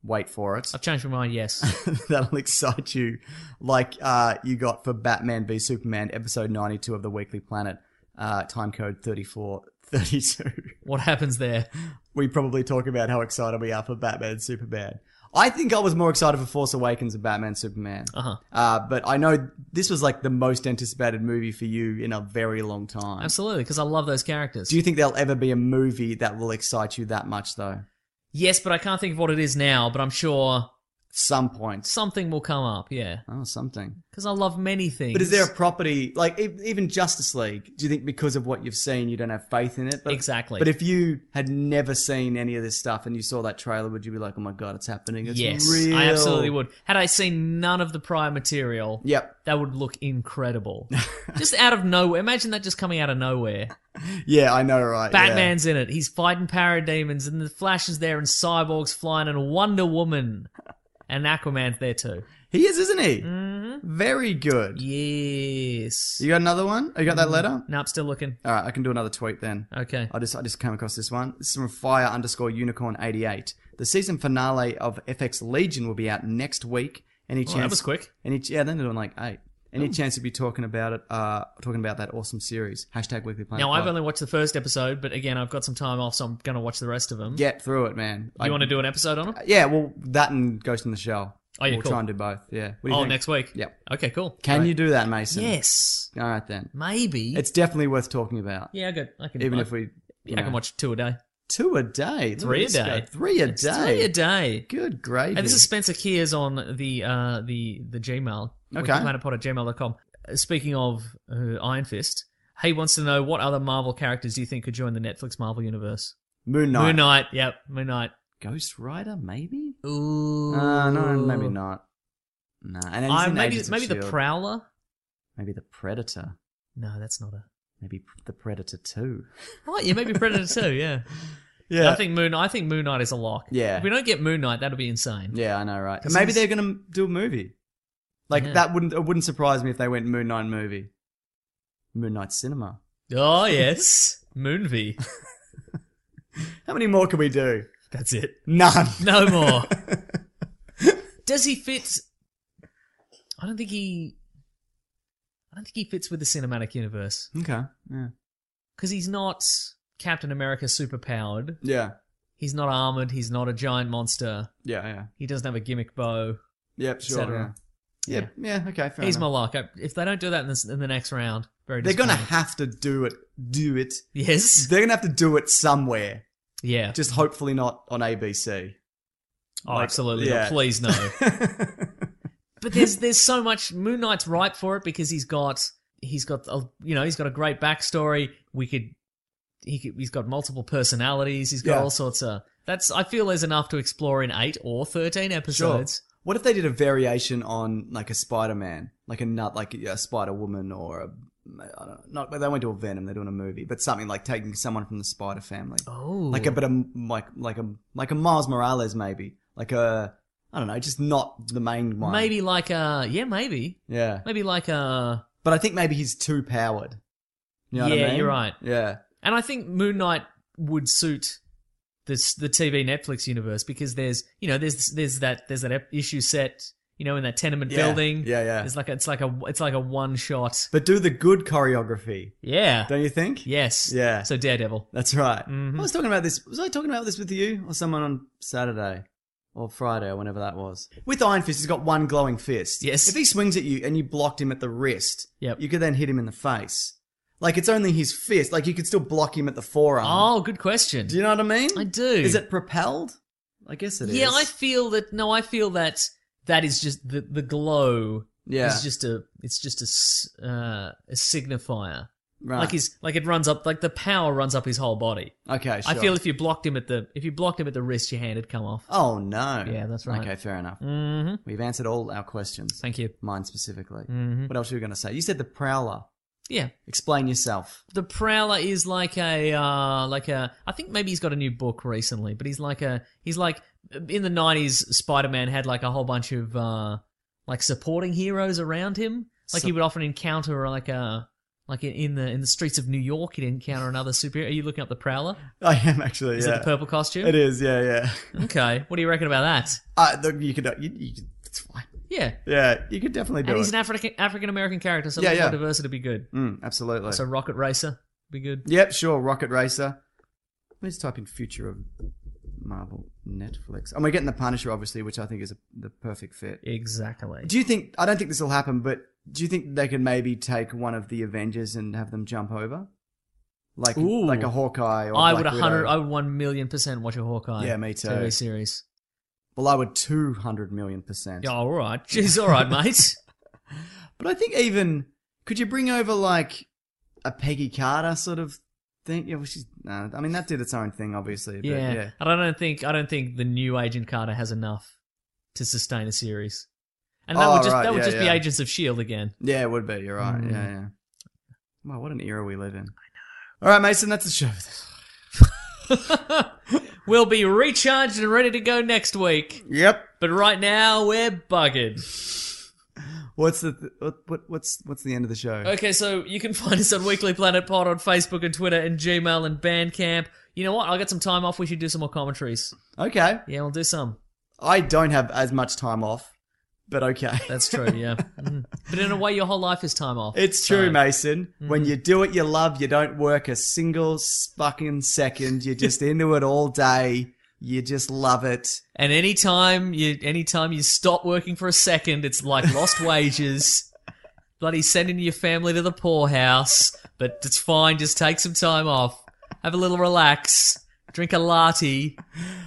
Speaker 2: Wait for it.
Speaker 3: I've changed my mind. Yes.
Speaker 2: That'll excite you, like uh, you got for Batman v Superman episode 92 of the Weekly Planet, uh, time code 3432.
Speaker 3: what happens there?
Speaker 2: we probably talk about how excited we are for Batman and Superman. I think I was more excited for Force Awakens and Batman Superman.
Speaker 3: Uh-huh.
Speaker 2: Uh, but I know this was like the most anticipated movie for you in a very long time.
Speaker 3: Absolutely, because I love those characters.
Speaker 2: Do you think there'll ever be a movie that will excite you that much though?
Speaker 3: yes, but I can't think of what it is now. But I'm sure
Speaker 2: Some point.
Speaker 3: something will come up. Yeah,
Speaker 2: Oh, something.
Speaker 3: because I love many things.
Speaker 2: But is there a property like e- even Justice League? Do you think because of what you've seen, you don't have faith in it? But,
Speaker 3: Exactly.
Speaker 2: But if you had never seen any of this stuff and you saw that trailer, would you be like, "Oh my god, it's happening"? It's
Speaker 3: yes,
Speaker 2: real.
Speaker 3: I absolutely would. Had I seen none of the prior material,
Speaker 2: Yep.
Speaker 3: that would look incredible. just out of nowhere. Imagine that just coming out of nowhere.
Speaker 2: Yeah, I know, right? yeah.
Speaker 3: Batman's in it. He's fighting parademons, and the Flash is there, and Cyborg's flying, and Wonder Woman, and Aquaman's there too.
Speaker 2: He is, isn't he?
Speaker 3: Mm-hmm.
Speaker 2: Very good.
Speaker 3: Yes.
Speaker 2: You got another one? Oh, you got that
Speaker 3: Mm-hmm.
Speaker 2: letter?
Speaker 3: No, I'm still looking.
Speaker 2: All right, I can do another tweet then.
Speaker 3: Okay.
Speaker 2: I just I just came across this one. This is from Fire underscore Unicorn eighty eight. The season finale of FX Legion will be out next week. Any
Speaker 3: Oh,
Speaker 2: chance?
Speaker 3: that was quick.
Speaker 2: Any ch- yeah, then they're doing like eight. Any chance you'd be talking about it? Uh, talking about that awesome series. Hashtag Weekly Planet.
Speaker 3: Now I've
Speaker 2: Pod.
Speaker 3: only watched the first episode, but again, I've got some time off, so I'm gonna watch the rest of them.
Speaker 2: get through it, man.
Speaker 3: You want to do an episode on them?
Speaker 2: Yeah, well, that and Ghost in the Shell.
Speaker 3: Oh, yeah,
Speaker 2: we'll
Speaker 3: cool.
Speaker 2: try and do both. Yeah. What do you
Speaker 3: Oh,
Speaker 2: think?
Speaker 3: next week.
Speaker 2: Yep.
Speaker 3: Okay, cool.
Speaker 2: Can
Speaker 3: All right.
Speaker 2: you do that, Mason?
Speaker 3: Yes.
Speaker 2: All right then.
Speaker 3: Maybe.
Speaker 2: It's definitely worth talking about.
Speaker 3: yeah, good. I can.
Speaker 2: Even
Speaker 3: I-
Speaker 2: if we, you
Speaker 3: I can
Speaker 2: know.
Speaker 3: watch two a day.
Speaker 2: Two a day. Look at
Speaker 3: Three a
Speaker 2: this
Speaker 3: day.
Speaker 2: guy. Three a
Speaker 3: It's
Speaker 2: day.
Speaker 3: Three a day.
Speaker 2: Good gravy.
Speaker 3: And this is Spencer Kears on the uh, the the Gmail.
Speaker 2: Okay.
Speaker 3: Planetpod at gmail.com. Uh, Speaking of uh, Iron Fist, he wants to know what other Marvel characters do you think could join the Netflix Marvel universe?
Speaker 2: Moon Knight.
Speaker 3: Moon Knight. Yep. Moon Knight.
Speaker 2: Ghost Rider, maybe?
Speaker 3: Ooh.
Speaker 2: Uh, no, maybe not. Nah. And then he's
Speaker 3: I,
Speaker 2: in
Speaker 3: maybe
Speaker 2: Agents of
Speaker 3: maybe the
Speaker 2: S.H.I.E.L.D..
Speaker 3: Prowler.
Speaker 2: Maybe the Predator.
Speaker 3: No, that's not a.
Speaker 2: Maybe p- the Predator 2.
Speaker 3: Right. Yeah. Maybe Predator too. Yeah. Yeah. I think Moon. I think Moon Knight is a lock.
Speaker 2: Yeah.
Speaker 3: If we don't get Moon Knight, that'll be insane.
Speaker 2: Yeah, I know, right?
Speaker 3: 'Cause
Speaker 2: Maybe
Speaker 3: it's-
Speaker 2: they're gonna do a movie. Like
Speaker 3: Yeah.
Speaker 2: that wouldn't it wouldn't surprise me if they went Moon Knight movie, Moon Knight cinema.
Speaker 3: Oh yes, Moon V.
Speaker 2: How many more can we do?
Speaker 3: That's it.
Speaker 2: None.
Speaker 3: No more. Does he fit? I don't think he. I don't think he fits with the cinematic universe
Speaker 2: Okay. Yeah.
Speaker 3: because he's not Captain America super powered.
Speaker 2: Yeah.
Speaker 3: He's not armored. He's not a giant monster.
Speaker 2: Yeah. Yeah.
Speaker 3: He doesn't have a gimmick bow.
Speaker 2: Yep. Sure.
Speaker 3: Etc.
Speaker 2: Yeah. Yep, yeah, okay, fair
Speaker 3: He's
Speaker 2: enough.
Speaker 3: my lock. I- If they don't do that in, this, in the next round, very
Speaker 2: They're gonna
Speaker 3: disappointed.
Speaker 2: have to do it. Do it.
Speaker 3: Yes.
Speaker 2: They're gonna have to do it somewhere.
Speaker 3: Yeah.
Speaker 2: Just hopefully not on ABC.
Speaker 3: Oh,
Speaker 2: Like,
Speaker 3: absolutely.
Speaker 2: yeah.
Speaker 3: Not. Please no. but there's there's so much Moon Knight's ripe for it because he's got he's got a, you know he's got a great backstory. We could he could, he's got multiple personalities. He's got
Speaker 2: Yeah.
Speaker 3: all sorts of that's I feel there's enough to explore in eight or thirteen
Speaker 2: Sure.
Speaker 3: episodes.
Speaker 2: What if they did a variation on like a Spider Man, like a nut, like a Spider Woman, or a I don't know, not they won't do a Venom, they're doing a movie, but something like taking someone from the Spider family,
Speaker 3: Oh,
Speaker 2: like a bit of like like a like a Miles Morales maybe, like a I don't know, just not the main one,
Speaker 3: maybe like a yeah maybe
Speaker 2: yeah,
Speaker 3: maybe like a
Speaker 2: but I think maybe he's too powered. You know what
Speaker 3: Yeah,
Speaker 2: I mean?
Speaker 3: you're right.
Speaker 2: Yeah,
Speaker 3: and I think Moon Knight would suit. This, the TV Netflix universe because there's you know there's there's that there's that ep- issue set you know in that tenement
Speaker 2: Yeah.
Speaker 3: building
Speaker 2: Yeah, yeah.
Speaker 3: it's like a, it's like a it's like a one shot
Speaker 2: but do the good choreography,
Speaker 3: yeah
Speaker 2: don't you think?
Speaker 3: Yes.
Speaker 2: Yeah.
Speaker 3: So Daredevil.
Speaker 2: That's right.
Speaker 3: Mm-hmm.
Speaker 2: I was talking about this. Was I talking about this with you or someone on Saturday or Friday or whenever that was? With Iron Fist, he's got one glowing fist.
Speaker 3: Yes.
Speaker 2: If he swings at you and you blocked him at the wrist,
Speaker 3: Yep.
Speaker 2: you could then hit him in the face. Like it's only his fist. Like you could still block him at the forearm.
Speaker 3: Oh, good question.
Speaker 2: Um, Do you know what I mean?
Speaker 3: I do.
Speaker 2: Is it propelled? I guess it is.
Speaker 3: yeah, I feel that. No, I feel that that is just the the glow.
Speaker 2: Yeah.
Speaker 3: Is just a it's just a s- uh, a signifier.
Speaker 2: Right.
Speaker 3: Like his like it runs up like the power runs up his whole body.
Speaker 2: Okay,
Speaker 3: I
Speaker 2: sure.
Speaker 3: feel if you blocked him at the if you blocked him at the wrist, your hand had come off.
Speaker 2: Oh no.
Speaker 3: Yeah, that's right.
Speaker 2: Okay, fair enough.
Speaker 3: Mm-hmm.
Speaker 2: We've answered all our questions.
Speaker 3: Thank you.
Speaker 2: Mine specifically.
Speaker 3: Mhm.
Speaker 2: What else were you going to say? You said the Prowler.
Speaker 3: Yeah.
Speaker 2: Explain yourself.
Speaker 3: The Prowler is like a uh, like a I think maybe he's got a new book recently, but he's like a he's like in the nineties Spider Man had like a whole bunch of uh, like supporting heroes around him. Like he
Speaker 2: Sup-
Speaker 3: would often encounter like a like in- in the in the streets of New York he'd encounter another superhero. Are you looking up the Prowler?
Speaker 2: I am actually.
Speaker 3: Is
Speaker 2: yeah.
Speaker 3: it the purple costume?
Speaker 2: It is. Yeah, yeah.
Speaker 3: Okay. What do you reckon about that?
Speaker 2: Uh, look, you could. You, you could it's fine.
Speaker 3: Yeah.
Speaker 2: Yeah, you could definitely do
Speaker 3: And he's
Speaker 2: it.
Speaker 3: an African African American character, so
Speaker 2: Yeah,
Speaker 3: yeah,
Speaker 2: yeah.
Speaker 3: diversity would be good.
Speaker 2: mm, absolutely.
Speaker 3: So Rocket Racer would be good.
Speaker 2: yep, sure. Rocket Racer. Let me just type in future of Marvel Netflix, and we're getting the Punisher, obviously, which I think is a, the perfect fit.
Speaker 3: Exactly.
Speaker 2: Do you think? I don't think this will happen, but do you think they could maybe take one of the Avengers and have them jump over, like
Speaker 3: Ooh.
Speaker 2: like a Hawkeye? Or
Speaker 3: I
Speaker 2: Black
Speaker 3: would a hundred,
Speaker 2: Widow?
Speaker 3: I would one million percent watch a Hawkeye.
Speaker 2: Yeah, me too.
Speaker 3: TV series.
Speaker 2: well, I would two hundred million percent.
Speaker 3: Yeah, all right. Jeez, all right, mate.
Speaker 2: But I think even could you bring over like a Peggy Carter sort of thing? Yeah, well, she's. Nah, I mean, that did its own thing, obviously. But
Speaker 3: yeah.
Speaker 2: yeah.
Speaker 3: and I don't think I don't think the new Agent Carter has enough to sustain a series. And that
Speaker 2: Oh,
Speaker 3: would just
Speaker 2: right,
Speaker 3: that would
Speaker 2: yeah,
Speaker 3: just be
Speaker 2: yeah.
Speaker 3: Agents of Shield E again.
Speaker 2: Yeah, it would be. You're right.
Speaker 3: Mm.
Speaker 2: Yeah, yeah. Wow, what an era we live in. I know. All right, Mason, that's the show.
Speaker 3: we'll be recharged and ready to go next week.
Speaker 2: yep.
Speaker 3: But right now we're buggered.
Speaker 2: What's the th- what, what what's what's the end of the show?
Speaker 3: Okay, so you can find us on Weekly Planet Pod on Facebook and Twitter and Gmail and Bandcamp. You know what? I got some time off. We should do some more commentaries.
Speaker 2: Okay.
Speaker 3: Yeah, we'll do some.
Speaker 2: I don't have as much time off, but okay.
Speaker 3: That's true, yeah. Mhm. But in a way, your whole life is time off.
Speaker 2: It's
Speaker 3: So-
Speaker 2: true, Mason.
Speaker 3: Mm-hmm.
Speaker 2: When you do what you love, you don't work a single s- fucking second. You're just into it all day. You just love it.
Speaker 3: And anytime you anytime you stop working for a second, it's like lost wages. Bloody sending your family to the poorhouse. But it's fine, just take some time off. Have a little relax. Drink a latte.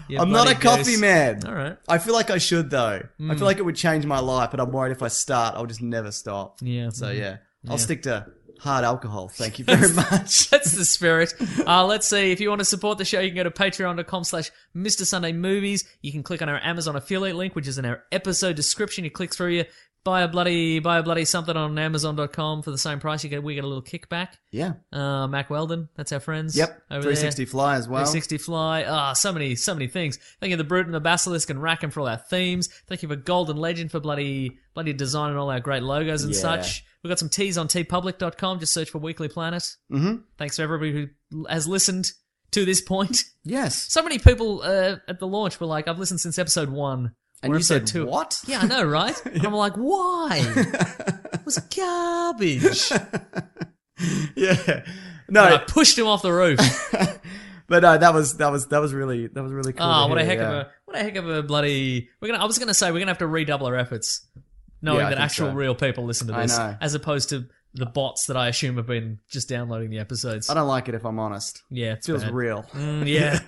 Speaker 3: you
Speaker 2: I'm not a
Speaker 3: bloody
Speaker 2: coffee
Speaker 3: goose.
Speaker 2: man.
Speaker 3: All right.
Speaker 2: I feel like I should though. I
Speaker 3: Mm.
Speaker 2: feel like it would change my life, but I'm worried if I start, I'll just never stop.
Speaker 3: Yeah.
Speaker 2: So
Speaker 3: Mhm.
Speaker 2: yeah,
Speaker 3: Yeah.
Speaker 2: I'll stick to hard alcohol. Thank you very much.
Speaker 3: That's the spirit. Uh, let's see. If you want to support the show, you can go to patreon.com slash Mr. Sunday Movies. You can click on our Amazon affiliate link, which is in our episode description. You click through, you buy a bloody buy a bloody something on Amazon.com for the same price. You get we get a little kickback.
Speaker 2: Yeah.
Speaker 3: Uh, Mac Weldon, that's our friends.
Speaker 2: Yep.
Speaker 3: over
Speaker 2: 360
Speaker 3: there.
Speaker 2: Fly as well.
Speaker 3: 360 Fly. Ah, so many, so many things. Thank you, to the Brute and the Basilisk and Rackham for all our themes. Thank you for Golden Legend for bloody bloody designing all our great logos and
Speaker 2: Yeah.
Speaker 3: such. We've got some teas on tpublic.com. Just search for Weekly Planet.
Speaker 2: Mm-hmm.
Speaker 3: Thanks to everybody who has listened to this point.
Speaker 2: Yes.
Speaker 3: So many people uh, at the launch were like, I've listened since episode one.
Speaker 2: And
Speaker 3: Or
Speaker 2: you
Speaker 3: episode
Speaker 2: said, "What?"
Speaker 3: Yeah, I know, right? And I'm like, why? it was garbage.
Speaker 2: yeah. No.
Speaker 3: And I pushed him off the roof.
Speaker 2: But no, that was that was that was really that was really cool.
Speaker 3: Ah,
Speaker 2: to
Speaker 3: what a
Speaker 2: hear,
Speaker 3: heck of
Speaker 2: yeah.
Speaker 3: a what a heck of a bloody. We're gonna. I was gonna say we're gonna have to redouble our efforts, knowing
Speaker 2: Yeah, I
Speaker 3: that
Speaker 2: think
Speaker 3: actual
Speaker 2: so.
Speaker 3: real people listen to
Speaker 2: I
Speaker 3: this,
Speaker 2: know.
Speaker 3: as opposed to the bots that I assume have been just downloading the episodes.
Speaker 2: I don't like it if I'm honest.
Speaker 3: Yeah, it's
Speaker 2: feels
Speaker 3: bad.
Speaker 2: real.
Speaker 3: Mm, yeah.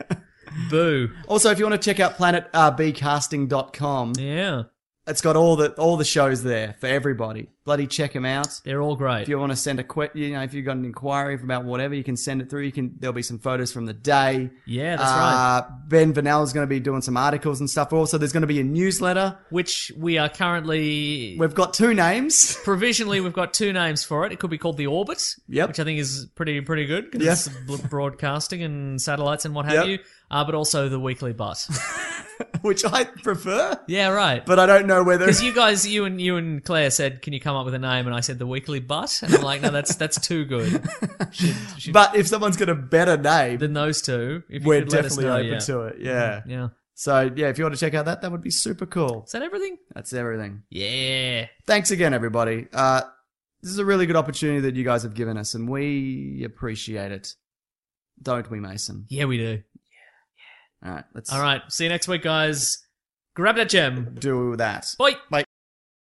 Speaker 3: Boo.
Speaker 2: Also, if you want to check out uh, planetrbcasting.com,
Speaker 3: yeah,
Speaker 2: it's got all the all the shows there for everybody. Bloody check them out.
Speaker 3: They're all great.
Speaker 2: If you want to send a que- you know, if you've got an inquiry about whatever, you can send it through. You can there'll be some photos from the day.
Speaker 3: Yeah, that's
Speaker 2: uh,
Speaker 3: right.
Speaker 2: Ben Vanel is going to be doing some articles and stuff. Also, there's going to be a newsletter.
Speaker 3: Which we are currently
Speaker 2: We've got two names.
Speaker 3: provisionally we've got two names for it. It could be called the Orbit,
Speaker 2: Yep.
Speaker 3: which I think is pretty pretty good because
Speaker 2: Yeah.
Speaker 3: it's bl- broadcasting and satellites and what have
Speaker 2: Yep.
Speaker 3: you. Uh, but also the Weekly Butt.
Speaker 2: which I prefer.
Speaker 3: Yeah, right.
Speaker 2: But I don't know whether
Speaker 3: Because you guys, you and you and Claire said, "Can you come up with a name?" And I said, "The Weekly Butt," and I'm like, "No, that's that's too good."
Speaker 2: But if someone's got a better name
Speaker 3: than those two, if you
Speaker 2: we're
Speaker 3: could let us
Speaker 2: definitely
Speaker 3: know,
Speaker 2: open
Speaker 3: yeah.
Speaker 2: to it. Yeah.
Speaker 3: Mhm, yeah.
Speaker 2: So yeah, if you want to check out that, that would be super cool.
Speaker 3: Is that everything?
Speaker 2: That's everything.
Speaker 3: Yeah.
Speaker 2: Thanks again, everybody. Uh, this is a really good opportunity that you guys have given us, and we appreciate it. Don't we, Mason?
Speaker 3: Yeah, we do.
Speaker 2: All right. Let's
Speaker 3: All right. See you next week, guys. Grab that gem.
Speaker 2: do that.
Speaker 3: Bye.
Speaker 2: Bye.